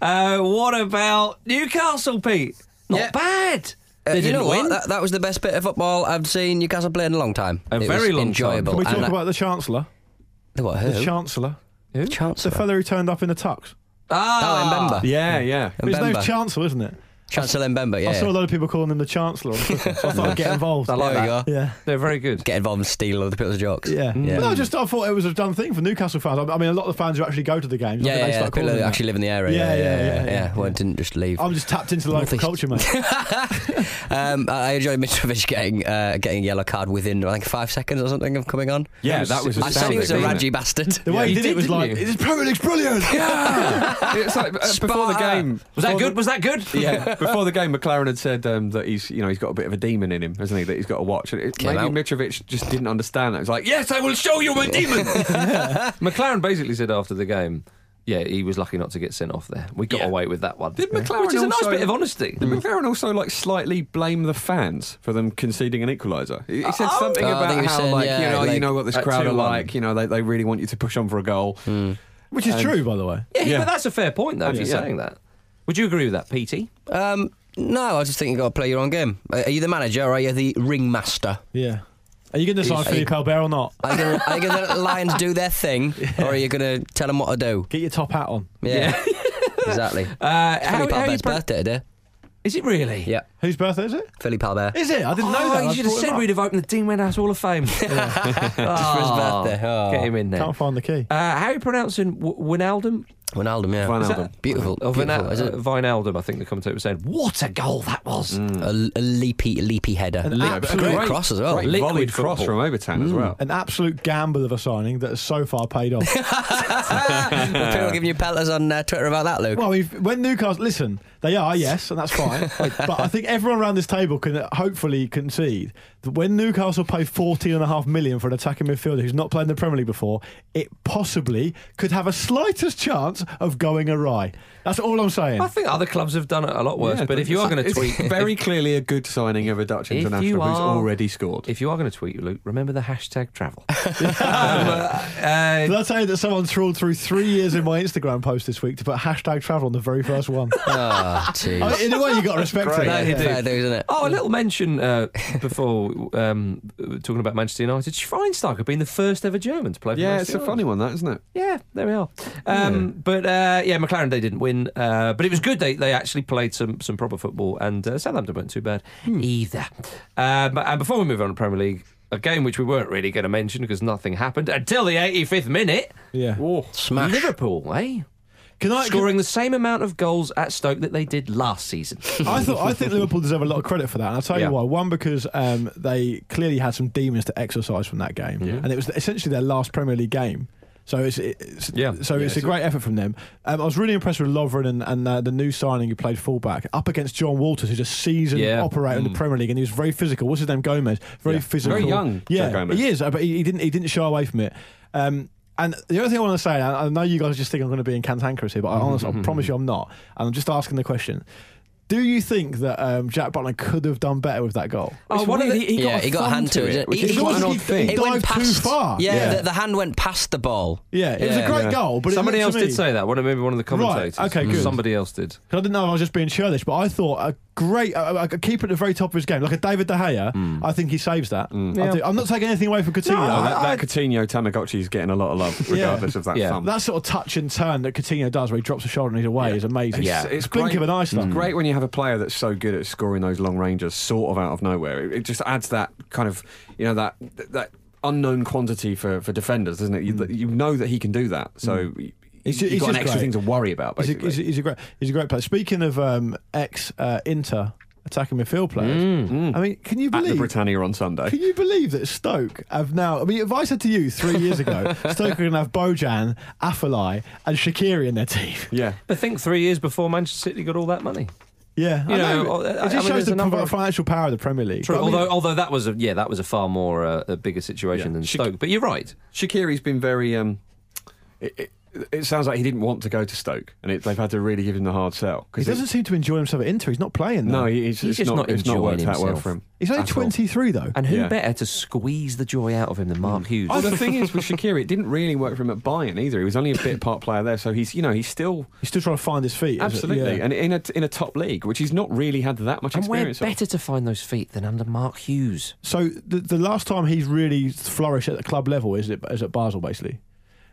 D: Uh, what about Newcastle, Pete? Not bad.
K: Uh,
E: They
K: you
E: didn't
K: know what?
E: win.
K: That, that was the best bit of football I've seen Newcastle play in a long time.
E: A
K: It
E: very
K: was
E: long time.
K: enjoyable.
F: Can we talk
K: Oh, And I-
F: about the Chancellor?
K: The what?
F: The
K: who?
F: Chancellor.
K: Who? Chancellor.
F: The fella who turned up in the tux.
K: Ah, oh, Mbemba.
G: Yeah, yeah.
F: But His name's Chancellor, isn't it?
K: Chancellor Mbemba, yeah.
F: I saw a lot of people calling him the Chancellor on Twitter, so I thought I'd get involved.
K: I like
F: There we
K: that.
F: go. Yeah.
D: They're very good.
K: Get involved and steal other people's jokes.
F: Yeah. But no, just I thought it was a done thing for Newcastle fans. I mean, a lot of the fans who actually go to the games, I
K: Yeah,
F: think
K: yeah,
F: they
K: yeah.
F: start calling
K: People who
F: them
K: actually
F: that.
K: live in the area. Yeah, yeah, yeah. yeah, Well, didn't just
D: Oh,
K: leave.
F: I'm just tapped into the local culture,
K: Northeast.
F: mate.
K: um, I I enjoyed Mitrovic getting uh, getting a yellow card within I think five seconds or something of coming on.
G: Yeah, that was
K: I said he was a
G: astounding,
K: raggy
G: wasn't it?
K: bastard.
F: The way he did, it was like, "This Premier League's brilliant."
G: it's like uh, before the
K: Sparta.
G: game.
D: Was that
G: before
D: good?
G: the-
D: Was that good?
G: Yeah, before the game, McLaren had said um, that he's, you know, he's got a bit of a demon in him, hasn't he? That he's got to watch. And it,
K: Came
G: maybe
K: out.
G: Mitrovic just didn't understand that. He's like, "Yes, I will show you my demon."
D: McLaren basically said after the game, yeah, he was lucky not to get sent off there. We got away with that one.
G: Did McLaren
D: Which is a nice
G: also-
D: bit of honesty.
G: Did McLaren also like slightly blame the fans for them conceding an equaliser? He he said
D: Oh.
G: something
K: Oh, I think
G: about
K: he
G: how
K: said,
G: like
K: yeah,
G: you know
K: like,
G: you know what this
D: at
G: crowd are
D: 2-1.
G: like. You know they, they really want you to push on for a goal.
K: Hmm.
F: Which is
G: And-
F: true, by the way.
D: Yeah,
G: Yeah.
D: but that's a fair point, though, if you're
G: Yeah.
D: saying that. Would you agree with that, PT?
K: Um, no, I just think you got to play your own game. Uh, Are are you the manager or are you the ringmaster?
F: Yeah. Are you going to decide
K: He's-
F: Philippe Albert or not?
K: Are you gonna- are you going to let the Lions do their thing or are you going to tell them what to do?
F: Get your top hat on.
K: Yeah, exactly.
D: Uh,
K: Philippe
D: how- how you
K: Albert's
D: pro-
K: birthday today.
D: Is it really?
K: Yeah,
F: Whose birthday is it?
K: Philippe Albert.
F: Is it? I didn't know
D: Oh,
F: that.
D: you
F: I
D: should have
F: brought
D: said
F: him up.
D: we'd have opened the Dean Wenhouse Hall of Fame.
K: for his
D: Oh,
K: birthday. Oh.
D: Get him in there. Uh,
F: Can't find the key.
D: how are you pronouncing w- Wijnaldum?
K: Wijnaldum, yeah.
G: Wijnaldum.
K: Is that- Beautiful.
D: Oh, Vina-
K: beautiful, is it?
D: uh, Wijnaldum, I think the commentator was saying. What a goal that was!
G: Mm. Hmm.
K: A, a leapy, leapy header.
F: An
K: a great cross as well. Hmm.
G: Great
D: Liquid
G: volleyed cross
D: football.
G: from Overton as well.
F: An absolute gamble of a signing that has so far paid off.
K: People giving you pelters on uh, Twitter about that, Luke.
F: Well, we've, when Newcastle listen, they are yes, and that's fine. but I think everyone around this table can uh, hopefully concede that when Newcastle pay fourteen and a half million for an attacking midfielder who's not played in the Premier League before, it possibly could have a slightest chance of going awry. That's all I'm saying.
D: I think other clubs have done it a lot worse.
G: Yeah,
D: but if you are
G: it's-
D: going to
G: it's
D: tweet,
G: very clearly a good signing of a Dutch
D: If you
G: international who's
D: are-
G: already scored.
D: if you are going to tweet, Luke, remember the hashtag travel. um, uh,
F: Did I tell you that someone trawled through three years in my Instagram post this week to put hashtag travel on the very first one?
K: Ah, jeez.
F: I mean, in a way, you got to respect it.
K: Yeah,
D: you do.
K: fair dues, isn't it?
D: Oh, a little mention uh, before um, talking about Manchester United. Schweinsteiger being the first ever German to play for
G: yeah,
D: Manchester
G: it's a
D: United.
G: funny one, that isn't it?
D: Yeah, there we are. Um, But uh, yeah, McLaren they didn't win, uh, but it was good. They they actually played some some proper football, and uh, Southampton weren't too bad
F: Hmm.
D: either. Um, and before we move on to Premier League, a game which we weren't really going to mention because nothing happened until the 85th minute.
F: Yeah.
K: Smash.
D: Liverpool, eh?
F: Can I?
D: Scoring the same amount of goals at Stoke that they did last season.
F: I thought I think Liverpool deserve a lot of credit for that. And I'll tell
D: Yeah.
F: you why. One because um, they clearly had some demons to exercise from that game, and it was essentially their last Premier League game. So it's, it's
D: Yeah.
F: so
D: Yeah,
F: it's,
D: it's a-
F: a great effort from them. Um, I was really impressed with Lovren and, and uh, the new signing who played fullback up against John Walters, who's a seasoned
D: Yeah. Mm.
F: operator in the Premier League, and he was very physical. What's his name? Gomez, very
G: Yeah.
F: physical,
G: Very young,
F: Yeah,
G: Joe Gomez.
F: he is, uh, but he, he didn't he didn't shy away from it. Um, and the other thing I want to say, and I know you guys just think I'm going to be in cantankerous here, but
G: Mm-hmm.
F: I honestly, I promise you, I'm not. And I'm just asking the question: Do you think that um, Jack Butland could have done better with that goal?
D: Oh,
G: It's
D: one of
G: weird,
D: the-
K: yeah, he got a hand to it.
G: which
K: He-
G: is
K: he-
G: quite an
F: he-
G: odd thing.
F: he-
K: It went
F: dived too
K: past.
F: far.
K: Yeah,
F: Yeah.
K: The, the hand went past the ball.
F: Yeah, it was a
K: Yeah.
F: great
G: Yeah.
F: goal, but it
D: somebody
F: looked
D: else
F: to
D: did
F: me-
D: say that. One of maybe one of the commentators. Mm.
F: okay, good.
D: Somebody else did.
F: 'Cause I didn't know if I was just being churlish, but I thought a great a, a- a keeper at the very top of his game, like a David De Gea.
G: Mm.
F: I think he saves that. I do. I'm not taking anything away from Coutinho.
G: Oh, Mm. that, that Coutinho Tamagotchi is getting a lot of love,
F: Yeah.
G: regardless of that
D: Yeah.
G: thumb.
F: That sort of touch and turn that Coutinho does, where he drops the shoulder and he's away, is amazing.
G: It's, it's
F: blink
G: great.
F: of an eye. stuff.
G: It's great when you have a player that's so good at scoring those long ranges, sort of out of nowhere. It, it just adds that kind of, you know, that that unknown quantity for, for defenders, doesn't it? You, you know that he can do that, so y-
F: He's Mm. ju-
G: you've
F: he's
G: got an
F: just
G: extra
F: great.
G: thing to worry about.
F: He's a,
G: Basically,
F: he's, a, he's a great he's a great player. Speaking of um, ex uh, Inter attacking midfield players, I mean, can you
G: at the
F: believe?
G: Britannia on Sunday.
F: Can you believe that Stoke have now? I mean, if I said to you three years ago, Stoke are going to have Bojan, Affalai, and Shakiri in their team.
G: yeah.
D: I think three years before Manchester City got all that money.
F: Yeah,
D: You
F: I
D: know,
F: know.
D: I- I
F: it just
D: mean, there's
F: shows
D: a
F: the
D: number
F: pro-
D: of-
F: financial power of the Premier League.
D: True.
F: But I mean,
D: although, although that was a yeah, that was a far more uh, a bigger situation
G: Yeah.
D: than
G: Shak-
D: Stoke. But you're right.
G: Shakiri's been very. Um, it, it, it sounds like he didn't want to go to Stoke, and it, they've had to really give him the hard sell.
F: He doesn't seem to enjoy himself at Inter. He's not playing.
G: No,
F: though.
G: he- he's- He's it's just not- not it's not worked enjoying out well himself. for him
F: He's only
G: at all.
F: 23 though.
D: And who better to squeeze the joy out of him than Mark Hughes?
G: Oh, the thing is with Shakiri, it didn't really work for him at Bayern either. He was only a bit part player there, so he's you know he's still
F: he's still trying to find his feet.
D: is it?
G: Absolutely,
D: Yeah.
G: and in a in a top league, which he's not really had that much
D: and where
G: experience. of.
D: better to find those feet than under Mark Hughes?
F: So the the last time he's really flourished at the club level is at, is at Basel, basically.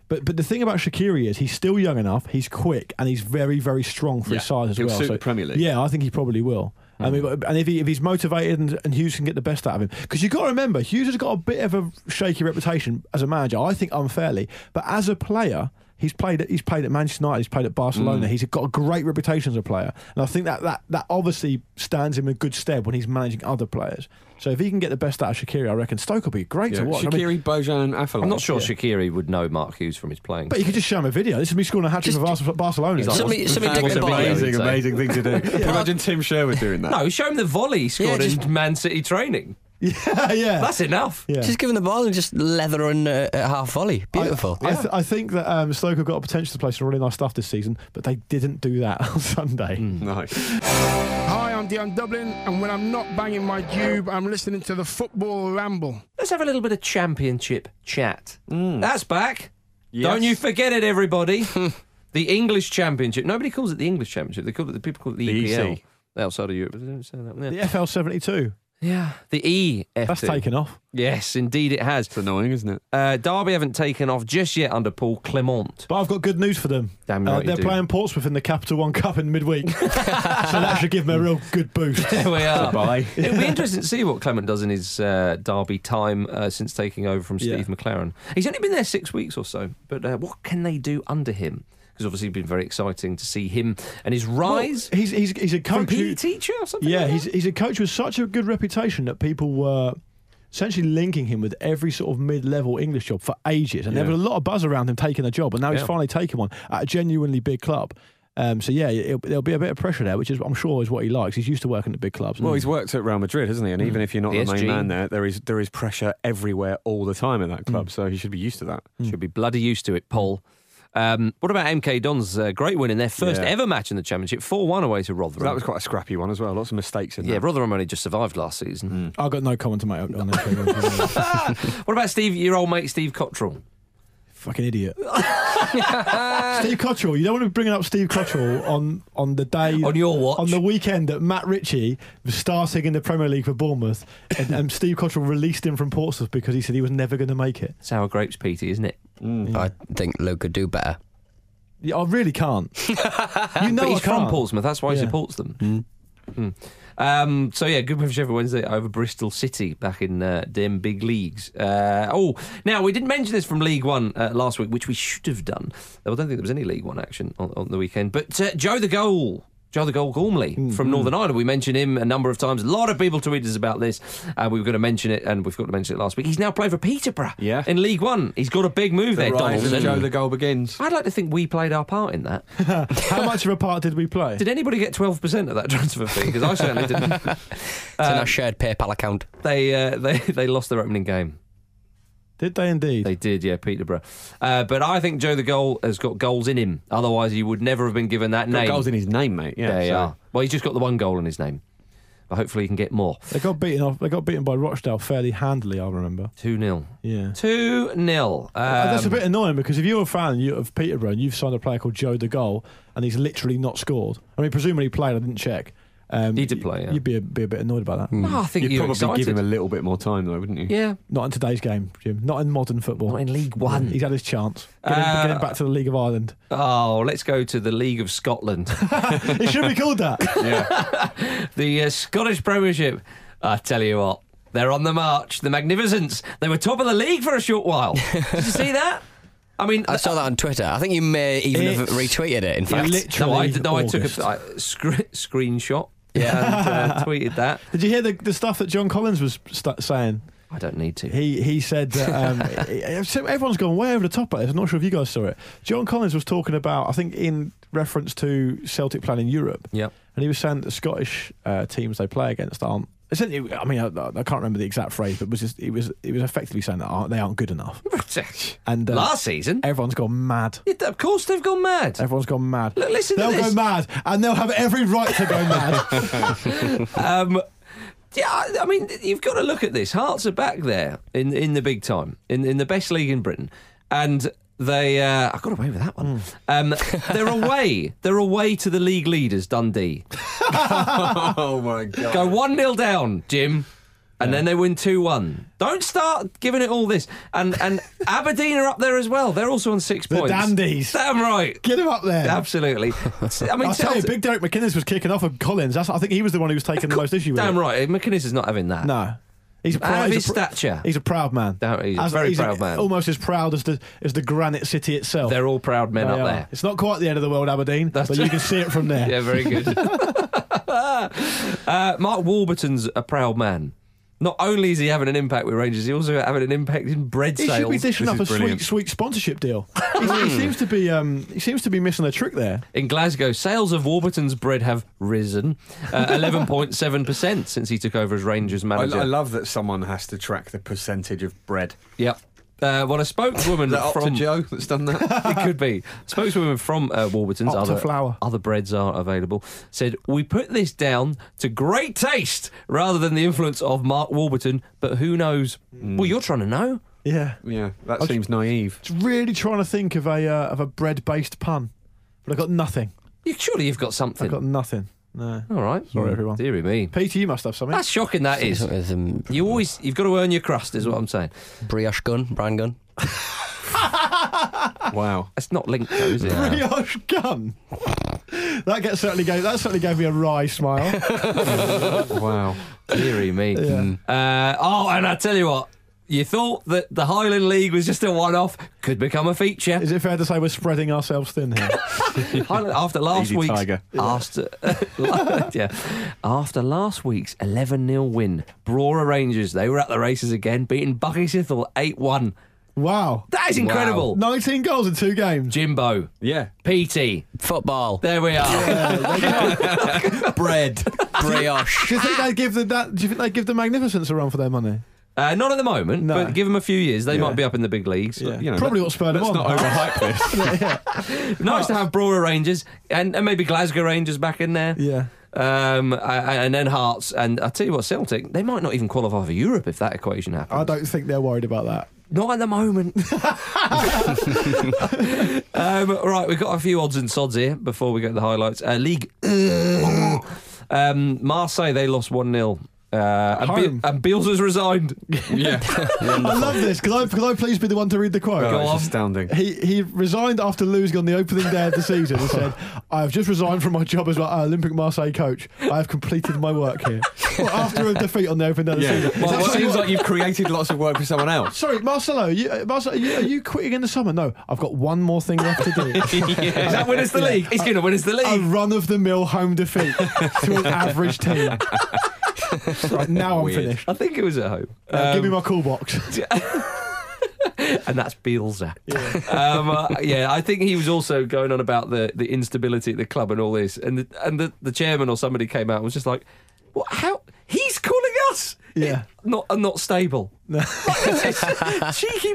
F: But but the thing about Shakiri is he's still young enough, he's quick, and he's very very strong for his
G: Yeah,
F: size as
G: he'll
F: well.
G: suit the Premier League.
F: Yeah, I think he probably will. I mean, but- and if, he, if he's motivated and, and Hughes can get the best out of him, because you've got to remember, Hughes has got a bit of a shaky reputation as a manager. I think unfairly, but as a player, he's played. At, he's played at Manchester United. He's played at Barcelona.
G: Mm.
F: He's got a great reputation as a player, and I think that, that that obviously stands him in good stead when he's managing other players. So if he can get the best out of Shakiri, I reckon Stoke will be great to
G: Yeah.
F: watch. I mean,
G: Shaqiri, Bojan, and Afellay.
D: I'm not sure Shakiri would know Mark Hughes from his playing.
F: but you could just show him a video. This is me scoring a hat trick for Bar- Barcelona.
D: He's like, Somebody- what's- somebody what's dig the ball.
G: amazing,
D: Say.
G: amazing thing to do. Imagine Tim Sherwood doing that.
D: no, show him the volley he scored in Man City training.
F: yeah, yeah.
D: That's enough.
K: Just give him the ball and just leather and uh, a half volley. Beautiful.
F: I, th- I think that um, Stoke have got a potential to play some really nice stuff this season, but they didn't do that on Sunday.
D: Mm.
G: Nice.
L: Hi, I'm Dion Dublin, and when I'm not banging my cube, I'm listening to the football ramble.
D: Let's have a little bit of championship chat. That's back.
G: Yes.
D: Don't you forget it, everybody. the English Championship. Nobody calls it the English Championship. They call it the people call it the,
G: The
D: E EPL
G: EC.
D: outside of Europe. They don't say that.
F: The
D: Yeah.
F: FL seventy two.
D: Yeah. The E.
F: That's taken off.
D: Yes, indeed it has. It's
G: annoying, isn't it?
D: Uh, Derby haven't taken off just yet under Paul Clement.
F: But I've got good news for them. Uh,
D: Damn right you
F: they're
D: do.
F: playing Portsmouth in the Capital One Cup in midweek, so that should give them a real good boost.
D: There we are.
G: Goodbye.
D: It'll be interesting to see what Clement does in his uh, Derby time uh, since taking over from
F: Yeah.
D: Steve McLaren. He's only been there six weeks or so, but uh, what can they do under him? Because obviously it's been very exciting to see him and his rise.
F: Well, he's, he's, he's a
D: from
F: coach.
D: PE
F: who-
D: teacher or something?
F: yeah,
D: like
F: he's,
D: that?
F: he's a coach with such a good reputation that people were essentially linking him with every sort of mid-level English job for ages, and there
G: Yeah.
F: was a lot of buzz around him taking a job, and now he's
G: Yeah.
F: finally taken one at a genuinely big club. Um, so yeah, it'll, there'll be a bit of pressure there, which is I'm sure is what he likes. He's used to working at big clubs.
G: Well,
D: Mm.
G: he's worked at Real Madrid, hasn't he? And even if you're not the
D: PSG.
G: main man there, there is there is pressure everywhere all the time in that club.
D: Mm.
G: So he should be used to that.
D: Should be bloody used to it, Paul. Um, what about MK Dons? Uh, great win in their first
G: Yeah.
D: ever match in the Championship, 4 1 away to Rotherham.
G: That was quite a scrappy one as well. Lots of mistakes in
D: yeah,
G: that.
D: Rotherham only just survived last season.
F: I've got no comment to make on this.
G: Mm.
D: what about Steve, your old mate Steve Cottrell?
F: Fucking idiot. Steve Cottrell, you don't want to be bringing up Steve Cottrell on, on the day
D: On your watch.
F: on the weekend that Matt Ritchie was starting in the Premier League for Bournemouth, and, and Steve Cottrell released him from Portsmouth because he said he was never going to make it.
D: Sour grapes, Petey, isn't it?
K: I think Luke could do better.
F: Yeah, I really can't. you know
D: but
F: I
D: he's from
F: can't.
D: Portsmouth. That's why he
F: Yeah.
D: supports them.
G: Hmm.
D: Mm. Um, so yeah, good British every Wednesday over Bristol City back in uh, them big leagues. Uh, oh, now we didn't mention this from League One uh, last week, which we should have done. I don't think there was any League One action on, on the weekend. But uh, Joe the goal. Joe the Goal Gormley
G: Hmm.
D: from Northern Ireland. We mentioned him a number of times. A lot of people tweeted us about this. Uh, we were going to mention it, and we forgot to mention it last week. He's now playing for Peterborough
G: Yeah.
D: in League One. He's got a big move
G: The
D: there,
G: rise of
D: Donaldson.
G: Joe, the goal begins.
D: I'd like to think we played our part in that.
F: How much of a part did we play?
D: Did anybody get 12% of that transfer fee? Because I certainly didn't. Um,
K: It's in our shared PayPal account.
D: They, uh, they, they lost their opening game.
F: Did they indeed?
D: They did, yeah, Peterborough. Uh, but I think Joe the Goal has got goals in him. Otherwise, he would never have been given that
G: Got
D: name.
G: goals in his name, mate. Yeah,
D: There you
G: so-
D: are. Well, he's just got the one goal in his name. But hopefully, he can get more.
F: They got beaten off. They got beaten by Rochdale fairly handily. I remember.
D: 2 0.
F: Yeah.
D: 2 0.
F: Uh,
D: Um,
F: that's a bit annoying because if you're a fan you- of Peterborough and you've signed a player called Joe De Goal and he's literally not scored, I mean, presumably he played, I didn't check. Um,
D: He did play, yeah. Hmm.
F: You'd be a, be a bit annoyed about that.
D: I think
G: You'd
D: you're
G: probably
D: excited.
G: give him a little bit more time, though, wouldn't you?
D: yeah.
F: Not in today's game, Jim. Not in modern football.
D: Not in League One.
F: He's had his chance. Get, him,
D: Uh,
F: get him back to the League of Ireland.
D: Oh, let's go to the League of Scotland.
F: it should be called that.
D: the uh, Scottish Premiership. I tell you what, they're on the march. The Magnificents. They were top of the league for a short while. Did you see that? I mean,
K: I
D: th-
K: saw that on Twitter. I think you may even have
F: It's-
K: retweeted it, in
F: Yeah,
K: fact.
D: no, I,
F: literally
D: no, I took
F: August.
D: a I, scre- screenshot and uh, tweeted that.
F: Did you hear the, the stuff that John Collins was st- saying?
D: I don't need to.
F: He he said that um, he- he- so everyone's gone way over the top about this. I'm not sure if you guys saw it. John Collins was talking about, I think, in reference to Celtic playing in Europe.
D: Yep.
F: And he was saying that the Scottish uh, teams they play against aren't essentially, I mean, I, I can't remember the exact phrase, but it was just it was it was effectively saying that aren't- they aren't good enough. And uh,
D: Last season,
F: everyone's gone mad.
D: of course, they've gone mad.
F: Everyone's gone mad.
D: Look, listen to
F: they'll
D: this.
F: go mad, and they'll have every right to go mad.
D: um, yeah, I- I mean, you've got to look at this. Hearts are back there in in the big time, in in the best league in Britain, and they uh, I got away with that one.
F: Hmm.
D: Um, they're away. They're away to the league leaders, Dundee.
G: oh my god!
D: Go one 0 down, Jim. And then they win two one. Don't start giving it all this. And and Aberdeen are up there as well. They're also on six
F: The
D: points.
F: dandies.
D: Damn right.
F: Get them up there.
D: Absolutely. I mean,
F: I'll tell you,
D: Celtic-
F: Big Derek McInnes was kicking off of Collins. That's, I think he was the one who was taking the most issue with
D: Damn
F: it.
D: right. McInnes is not having that.
F: No. He's a
D: Out
F: proud,
D: of
F: he's
D: his
F: a pr-
D: stature.
F: He's a proud man.
D: Damn, he's a very
F: a-
D: proud man.
F: Almost as proud as the as the Granite City itself.
D: They're all proud men
F: They
D: up
F: are.
D: there.
F: It's not quite the end of the world, Aberdeen, but you can see it from there.
D: Yeah, very good. uh, Mark Warburton's a proud man. Not only is he having an impact with Rangers, he's also having an impact in bread
F: He
D: sales.
F: should be dishing up a sweet, sweet sponsorship deal. he, he
D: Hmm.
F: seems to be, um, he seems to be missing a trick there.
D: In Glasgow, sales of Warburton's bread have risen uh, 11.7% since he took over as Rangers
G: I, I
D: manager.
G: love that someone has to track the percentage of bread.
D: Yep. Uh, well, a spokeswoman
G: Is that
D: from
G: Opta-Joe that's done that.
D: it could be spokeswoman from uh, Warburton's. Other
G: Optiflower.
D: other breads are available. Said we put this down to great taste rather than the influence of Mark Warburton. But who knows?
F: Hmm.
D: Well, you're trying to know.
F: Yeah.
G: Yeah, that
D: Oh,
F: I'll-
G: seems naive.
F: Just really trying to think of a uh, of a bread based pun, but I've got nothing.
D: You, surely you've got something.
F: I've got nothing. No.
D: All right.
F: Sorry, everyone.
D: Deary me.
F: Peter, you must have something.
D: That's shocking. That is. You always you've got to earn your crust, is what I'm saying. Brioche gun, brand gun.
G: wow,
D: that's not linked, though, is it?
F: Brioche gun. that gets certainly gave that certainly gave me a wry smile.
G: wow.
D: Deary me.
F: Yeah.
D: Uh, oh, and I tell you what. You thought that the Highland League was just a one-off, could become a feature.
F: Is it fair to say we're spreading ourselves thin here?
D: Highland- after last
F: Easy
D: week's
F: tiger.
D: after, yeah, after last week's 11 0 win, Brora Rangers, they were at the races again, beating Bucky Sithal 8 1.
F: Wow.
D: That is incredible.
F: 19 goals in two games.
D: Jimbo.
G: Yeah.
D: PT.
K: Football.
D: There we are.
K: Bread.
F: Brioche. do you think they give the that, do you think they give the magnificence a run for their money?
D: Uh, not at the moment, but give them a few years. They might be up in the big leagues. You know,
F: Probably
D: let-
F: what spurred them
D: let's
F: on.
D: not overhype this. nice to have Brora Rangers and, and maybe Glasgow Rangers back in there.
F: Yeah.
D: Um, a- a- and then Hearts. And I tell you what, Celtic, they might not even qualify for Europe if that equation happens.
F: I don't think they're worried about that.
D: Not at the moment. um, right, we've got a few odds and sods here before we go to the highlights. Uh, League. uh, um, Marseille, they lost 1 0. Uh, and, Be-
F: Home.
D: and Beals has resigned.
G: Yeah.
F: I love this. Can I, can I please be the one to read the quote?
G: Oh, it's astounding.
F: He, he resigned after losing on the opening day of the season and said, I have just resigned from my job as my Olympic Marseille coach. I have completed my work here. well, after a defeat on the opening day of the
G: Yeah.
F: season.
G: Well,
F: Is
G: it
F: that-
G: seems like you've created lots of work for someone else.
F: Sorry, Marcelo, you, uh, Marcelo are, you, are you quitting in the summer? No, I've got one more thing left to do.
D: Is that win us the
F: Yeah.
D: league? He's going to win us the league.
F: A run of the mill home defeat to an average team. right, now I'm
D: Weird.
F: finished.
D: I think it was at home.
F: Now Uh, give me
D: Um,
F: my call box.
D: and that's Bielsa. Yeah. Um, uh, yeah, I think he was also going on about the, the instability at the club and all this, and the, and the, the chairman or somebody came out and was just like, "What? How? He's calling us?
F: Yeah.
D: Not uh, not stable? Cheeky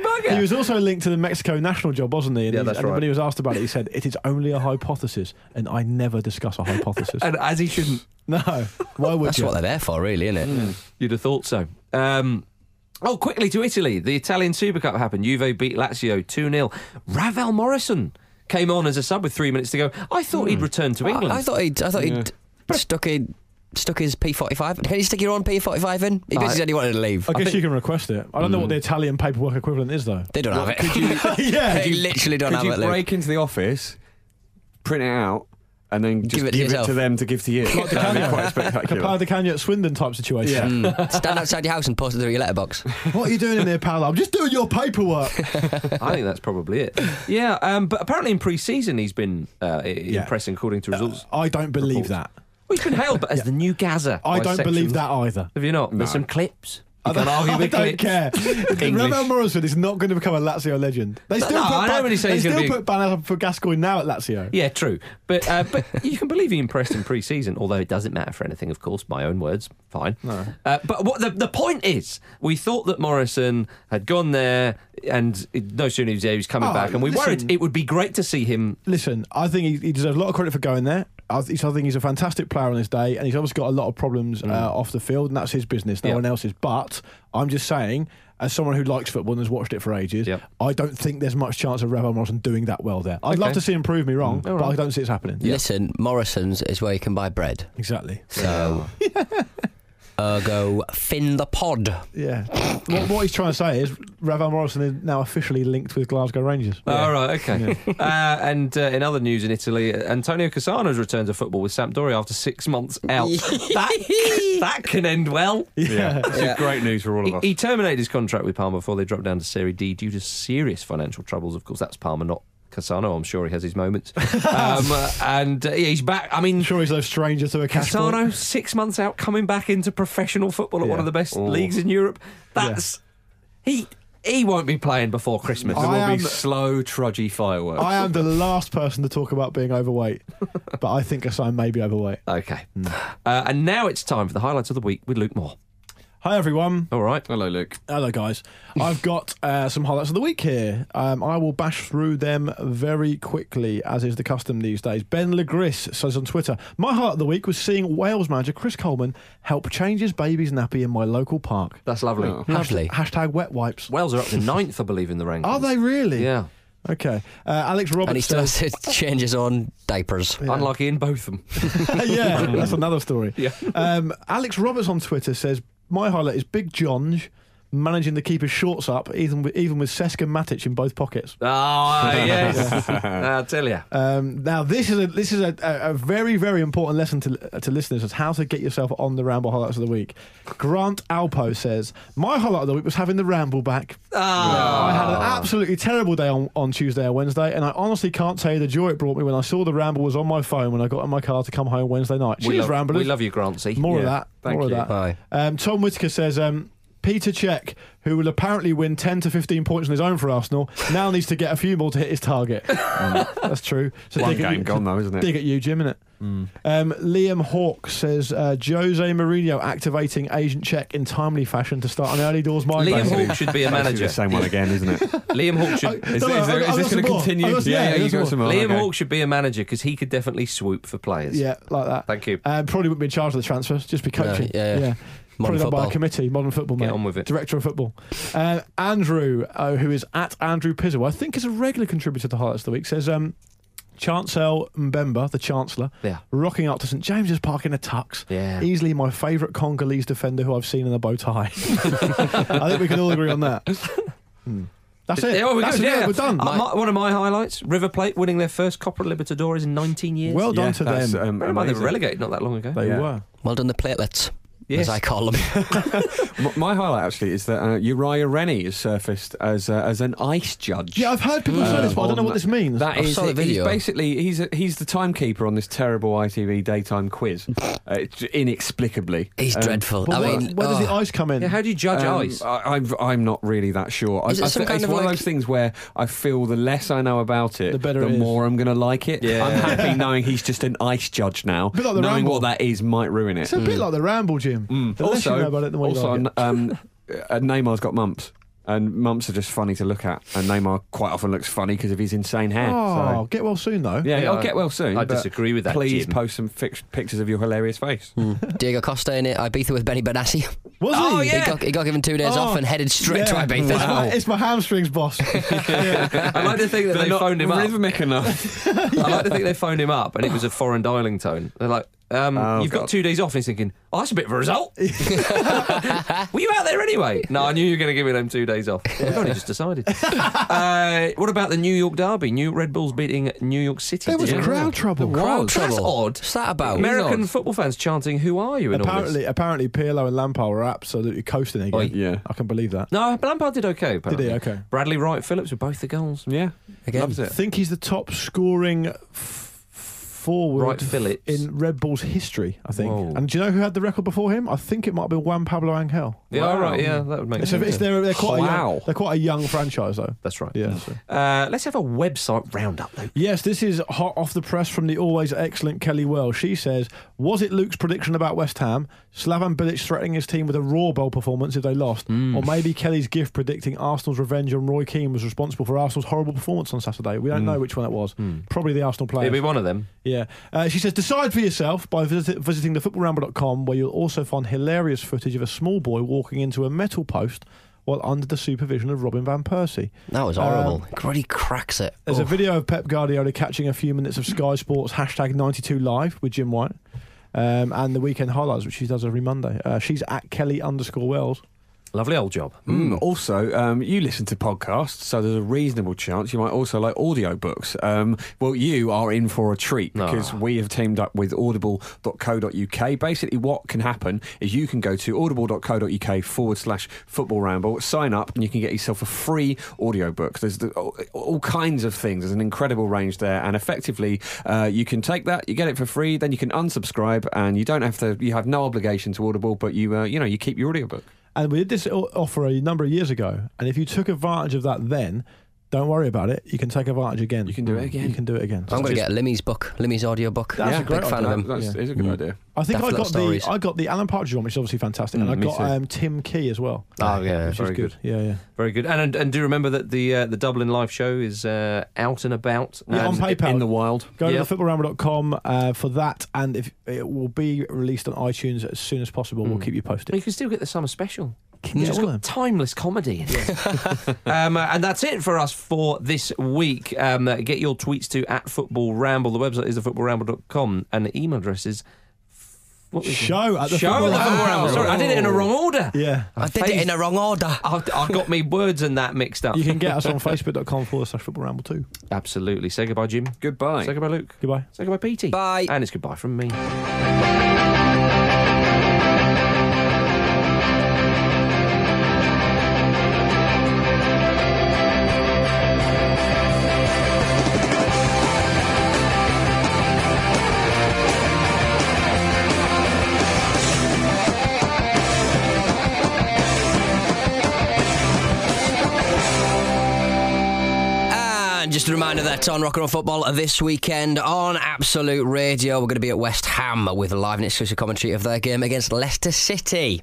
D: bugger."
F: He was also linked to the Mexico national job, wasn't he? And
D: Yeah,
F: he-
D: that's
F: and
D: right.
F: When he was asked about it, he said, "It is only a hypothesis, and I never discuss a hypothesis."
D: and as he shouldn't.
F: no, why would
K: That's
F: you?
K: what they're there for, really, isn't it?
F: Mm.
D: You'd have thought so. Um, oh, quickly to Italy. The Italian Super Cup happened. Juve beat Lazio 2 0. Ravel Morrison came on as a sub with three minutes to go. I thought
F: Hmm.
D: he'd return to England.
K: I, I thought he'd. I thought he'd stuck it. Stuck his P45. Can you stick your own P45 in? He
F: I-
K: basically said he wanted to leave.
F: I guess you can request it. I don't
D: Hmm.
F: know what the Italian paperwork equivalent is, though.
K: They don't have it.
F: yeah,
K: they literally don't
G: Could
K: have
G: you
K: it. Luke.
G: break into the office, print it out, and then just
K: Give
G: give
K: it to
G: it,
K: yourself.
G: to them to give to you?
F: Like
G: That'd
F: the
G: be
F: Kanye.
G: quite
F: Compare
G: spectacular.
F: the Kanye at Swindon type situation.
K: Mm. Stand outside your house and post it through your letterbox.
F: what are you doing in there, pal? I'm just doing your paperwork.
D: I think that's probably it. Yeah, um, but apparently in pre-season he's been uh, i- impressing according to results.
F: I don't believe
D: Report.
F: that.
D: Well, he's been hailed as the new Gaza.
F: I
D: by
F: don't
D: sections.
F: believe that either.
D: Have you not? There's some clips.
F: I
D: can't
F: don't,
D: argue
F: I
D: with
F: don't
D: glitz.
F: care.
D: English.
F: Ramel Morrisford is not going to become a Lazio legend. They
D: No,
F: still
D: no,
F: put,
D: I don't
F: Ban-
D: really say
F: they
D: he's
F: still
D: gonna be-
F: put Banner for Gascoigne now at Lazio.
D: Yeah, true. But uh, but you can believe he impressed in pre-season, although it doesn't matter for anything, of course. My own words, fine.
F: No.
D: Uh, but what the the point is, we thought that Morrison had gone there, and it- no sooner was there, he was coming
F: Oh,
D: back, and we
F: listen.
D: worried it would be great to see him.
F: Listen, I think he, he deserves a lot of credit for going there. I, th- I think he's a fantastic player on his day, and he's obviously got a lot of problems uh, off the field, and that's his business, no
D: Yeah.
F: one else's. But I'm just saying, as someone who likes football and has watched it for ages,
D: Yeah.
F: I don't think there's much chance of Ramel Morrison doing that well there. I'd love
K: Okay.
F: to see him prove me wrong,
K: Mm. All
F: but I
K: right.
F: don't see it's happening.
K: Listen, Morrison's is where you can buy bread.
F: Exactly.
K: So, ergo, fin the pod.
F: Yeah. what, what he's trying to say is Ravel Morrison is now officially linked with Glasgow Rangers.
D: All right, okay. uh, and uh, in other news in Italy, uh, Antonio Cassano has returned to football with Sampdoria after six months out. that, that can end well.
G: Yeah. This is great news for all of
D: He-
G: us.
D: He, terminated his contract with Parma before they dropped down to Serie D due to serious financial troubles. Of course, that's Parma, not Cassano. I'm sure he has his moments. um, uh, and uh, yeah, he's back. I mean,
F: sure he's no stranger to a cash
D: Cassano,
F: point.
D: six months out, coming back into professional football at one
F: Yeah.
D: of the best
F: Oh.
D: leagues in Europe. That's he. He won't be playing before Christmas.
F: There will I be am-
D: slow, trudgy fireworks.
F: I am the last person to talk about being overweight, but I think Asai may be overweight.
D: Okay.
F: Hmm.
D: Uh, and now it's time for the highlights of the week with Luke Moore.
F: Hi, everyone.
D: All right. Hello, Luke.
F: Hello, guys. I've got uh, some highlights of the week here. Um, I will bash through them very quickly, as is the custom these days. Ben Legris says on Twitter, My highlight of the week was seeing Wales manager Chris Coleman help change his baby's nappy in my local park.
D: That's lovely.
F: Hasht- Hashtag wet wipes.
D: Wales are up to ninth, I believe, in the rankings.
F: Are they really?
D: Yeah.
F: Okay. Uh, Alex Roberts
K: And he still
F: says,
K: has to change his own diapers.
D: Unlucky in both of them.
F: yeah, that's another story.
D: Yeah.
F: Um, Alex Roberts on Twitter says, My highlight is Big John managing the keeper's shorts up, even with, even with Seska Matic in both pockets.
D: Oh, uh, yes. I'll tell you.
F: Um, now, this is a this is a, a, a very very important lesson to to listeners as how to get yourself on the ramble highlights of the week. Grant Alpo says my highlight of the week was having the ramble back.
D: Ah.
F: I had an absolutely terrible day on, on Tuesday or Wednesday, and I honestly can't tell you the joy it brought me when I saw the ramble was on my phone when I got in my car to come home Wednesday night.
D: we,
F: Cheers,
D: love,
F: ramblers.
D: we love you, Grantsy.
F: More of that.
D: Thank
F: More
D: you.
F: of that. Um, Tom Whitaker says um, Peter Cech, who will apparently win 10 to 15 points on his own for Arsenal, now needs to get a few more to hit his target. That's true. So
G: One
F: dig at
G: game
F: you-
G: gone though, isn't it?
F: Dig at you, Jim, innit?
G: Mm.
F: Um, Liam Hawke says uh, Jose Mourinho activating agent check in timely fashion to start an early doors mind.
D: Liam
F: bashing.
D: Hawke should be a
G: Basically
D: manager.
G: the same one again, isn't it?
D: Liam Hawke should.
F: Oh,
G: Is it- is there- is this
F: some
G: going to
F: more.
G: continue?
F: I got- yeah, I got
G: you
F: some
G: got some more.
D: Liam
G: okay.
D: Hawke should be a manager because he could definitely swoop for players.
F: Yeah, like that.
D: Thank you.
F: Um, probably wouldn't be in charge of the transfers, just be coaching.
K: yeah, yeah.
F: Probably done
K: Modern
F: by a
K: football.
F: committee, modern football, mate.
D: Get on with it.
F: Director of football. Uh, Andrew, uh, who is at Andrew Pizzle, I think is a regular contributor to Highlights of the Week, says um, Chancel Mbemba, the Chancellor,
D: Yeah.
F: rocking up to St James's Park in a tux.
D: Yeah.
F: Easily my favourite Congolese defender who I've seen in a bow tie. I think we can all agree on that. Hmm. That's it.
D: There we
F: That's
D: go.
F: it.
D: Yeah.
F: We're done.
D: Uh, my- one of my highlights: River Plate winning their first Copa Libertadores in 19 years.
F: Well done
G: Yeah,
F: to
G: that's,
F: them.
G: um,
D: Bear in mind, they were
G: amazing.
D: relegated not that long ago.
F: they
G: yeah.
F: were.
K: Well done, the platelets,
D: Yes.
K: as I call them.
G: M- My highlight actually is that uh, Uriah Rennie has surfaced as uh, as an ice judge.
F: Yeah, I've heard people say this, but I don't know what this means.
G: That
K: I
G: is,
K: saw the
G: he's
K: video.
G: basically he's a, he's the timekeeper on this terrible ITV daytime quiz, uh, it's inexplicably.
K: He's
G: Um,
K: dreadful.
F: But
K: I
F: where,
K: mean,
F: where does
K: oh.
F: the ice come in?
D: Yeah, how do you judge
G: um,
D: eyes?
G: I, I've, I'm not really that sure. I,
K: Is it
G: I
K: some
G: thi-
K: kind
G: it's
K: of
G: one
K: like-
G: of those things where I feel the less I know about it,
F: The better it is.
G: more I'm going to like it.
D: Yeah.
G: I'm happy knowing he's just an ice judge now.
F: Bit like the
G: knowing
F: Ramble.
G: what that is might ruin it.
F: It's a
D: Mm.
F: bit like the ramble, Jim. The less you know about it, the more you
G: also,
F: like it.
G: um, uh, Neymar's got mumps, and mumps are just funny to look at. And Neymar quite often looks funny because of his insane hair.
F: Oh,
G: so.
F: get well soon though.
G: Yeah,
D: Yeah,
G: I'll
D: I-
G: get well soon.
D: I
G: but
D: disagree with that,
G: Please
D: Jim.
G: post some fic- pictures of your hilarious face.
K: Diego Costa in it, Ibiza with Benny Benassi.
F: Was
D: Oh,
F: he?
D: yeah.
K: He, got, he got given two days
F: Oh,
K: off and headed straight
F: Yeah.
K: to Ibiza.
F: It's, my, it's my hamstrings, boss. Yeah.
D: I like to think that
G: They're
D: they
G: not
D: phoned him up.
G: rhythmic enough.
D: I like to think they phoned him up and it was a foreign dialing tone. They're like, um,
G: Oh,
D: you've
G: God.
D: got two days off. And he's thinking, oh, that's a bit of a result. Were you out there anyway? No, I knew you were going to give me them two days off. We've only just decided. uh, what about the New York Derby? New Red Bulls beating New York City.
F: there was
D: today.
F: crowd trouble.
K: Crowd
D: That's
K: trouble.
D: odd.
K: What's that about? It's
D: American
K: odd.
D: football fans chanting, who are you? In All this.
F: Apparently, apparently, Pirlo and Lampard were absolutely coasting again.
D: Oi.
G: Yeah.
F: I can believe that.
D: No, but Lampard did okay. Apparently.
F: he? Okay.
D: Bradley Wright Phillips with both the goals.
G: yeah,
K: Again.
G: loves
F: I
G: it.
F: think he's the top scoring f- f- forward
D: Right Phillips.
F: in Red Bull's history, I think.
D: Whoa.
F: And do you know who had the record before him? I think it might have been Juan Pablo Angel.
D: Yeah, all right, yeah, that would make
F: It's a-
D: sense.
F: it's- they're, they're quite a
D: Wow.
F: young, they're quite a young franchise, though.
D: That's right.
F: Yeah.
D: Uh, let's have a website roundup, Luke.
F: Yes, this is hot off the press from the always excellent Kelly Wells. She says, "Was it Luke's prediction about West Ham, Slavan Bilic threatening his team with a raw bowl performance if they lost, or maybe Kelly's gift predicting Arsenal's revenge on Roy Keane was responsible for Arsenal's horrible performance on Saturday? We don't know which one it was. Probably the Arsenal player.
D: It'd be one of them.
F: Yeah. Uh, she says, decide for yourself by visit- visiting thefootballramble.com, where you'll also find hilarious footage of a small boy walking into a metal post while under the supervision of Robin Van Persie.
K: That was horrible. It really cracks it.
F: There's
K: Oh.
F: a video of Pep Guardiola catching a few minutes of Sky Sports hashtag 92 live with Jim White um, and the weekend highlights, which she does every Monday. Uh, she's at Kelly underscore Wells.
D: Lovely old job.
G: Mm. Also, um, you listen to podcasts, so there's a reasonable chance you might also like audiobooks. Um, well, you are in for a treat because we have teamed up with audible.co.uk. Basically, what can happen is you can go to audible.co.uk forward slash football ramble, sign up, and you can get yourself a free audiobook. There's the, all, all kinds of things, there's an incredible range there, and effectively, uh, you can take that, you get it for free, then you can unsubscribe, and you don't have to, you have no obligation to Audible, but you, uh, you know, you keep your audiobook.
F: And we did this o- offer a number of years ago. And if you took advantage of that then, don't worry about it. You can take advantage again. You can
G: do it again.
F: You can do it again.
K: I'm going to get Limmy's book, Limmy's audiobook.
F: That's a great
K: Big fan
F: idea.
K: of him.
F: That's-
G: it's a good idea.
F: I think
K: Daft
F: I
K: Little
F: got
K: Stories.
F: the I got the Alan Partridge one, which is obviously fantastic,
D: Mm,
F: and I
D: me
F: got
D: too.
F: um, Tim Key as well.
D: Oh, yeah,
F: which
D: very
F: is good.
D: good.
F: Yeah, yeah.
D: Very good. And and, and do remember that the uh, the Dublin Live show is uh, out and about
F: Yeah, on
D: and
F: PayPal.
D: in the wild.
F: Go to
D: Yeah.
F: thefootballramble.com uh, for that, and if it will be released on iTunes as soon as possible. We'll keep you posted.
D: You can still get the summer special.
F: Yeah,
D: It's just
F: well
D: got timeless comedy in it. um, uh, and that's it for us for this week. Um, uh, get your tweets to at Football Ramble. The website is thefootballramble.com and the email address is f- what was it?
F: Show at the
D: Show
F: Football
D: at the
F: Ramble.
D: Football Ramble. Sorry, I did it in a wrong order.
F: Yeah.
K: I did it in a wrong order.
D: I, I got me words and that mixed up.
F: You can get us on facebook.com forward slash football ramble too.
D: Absolutely. Say goodbye, Jim.
G: Goodbye.
D: Say goodbye, Luke.
F: Goodbye.
D: Say goodbye, Petey. Bye. And it's goodbye from me.
K: And just a reminder that on Rock and Roll Football this weekend on Absolute Radio, we're going to be at West Ham with a live and exclusive commentary of their game against Leicester City.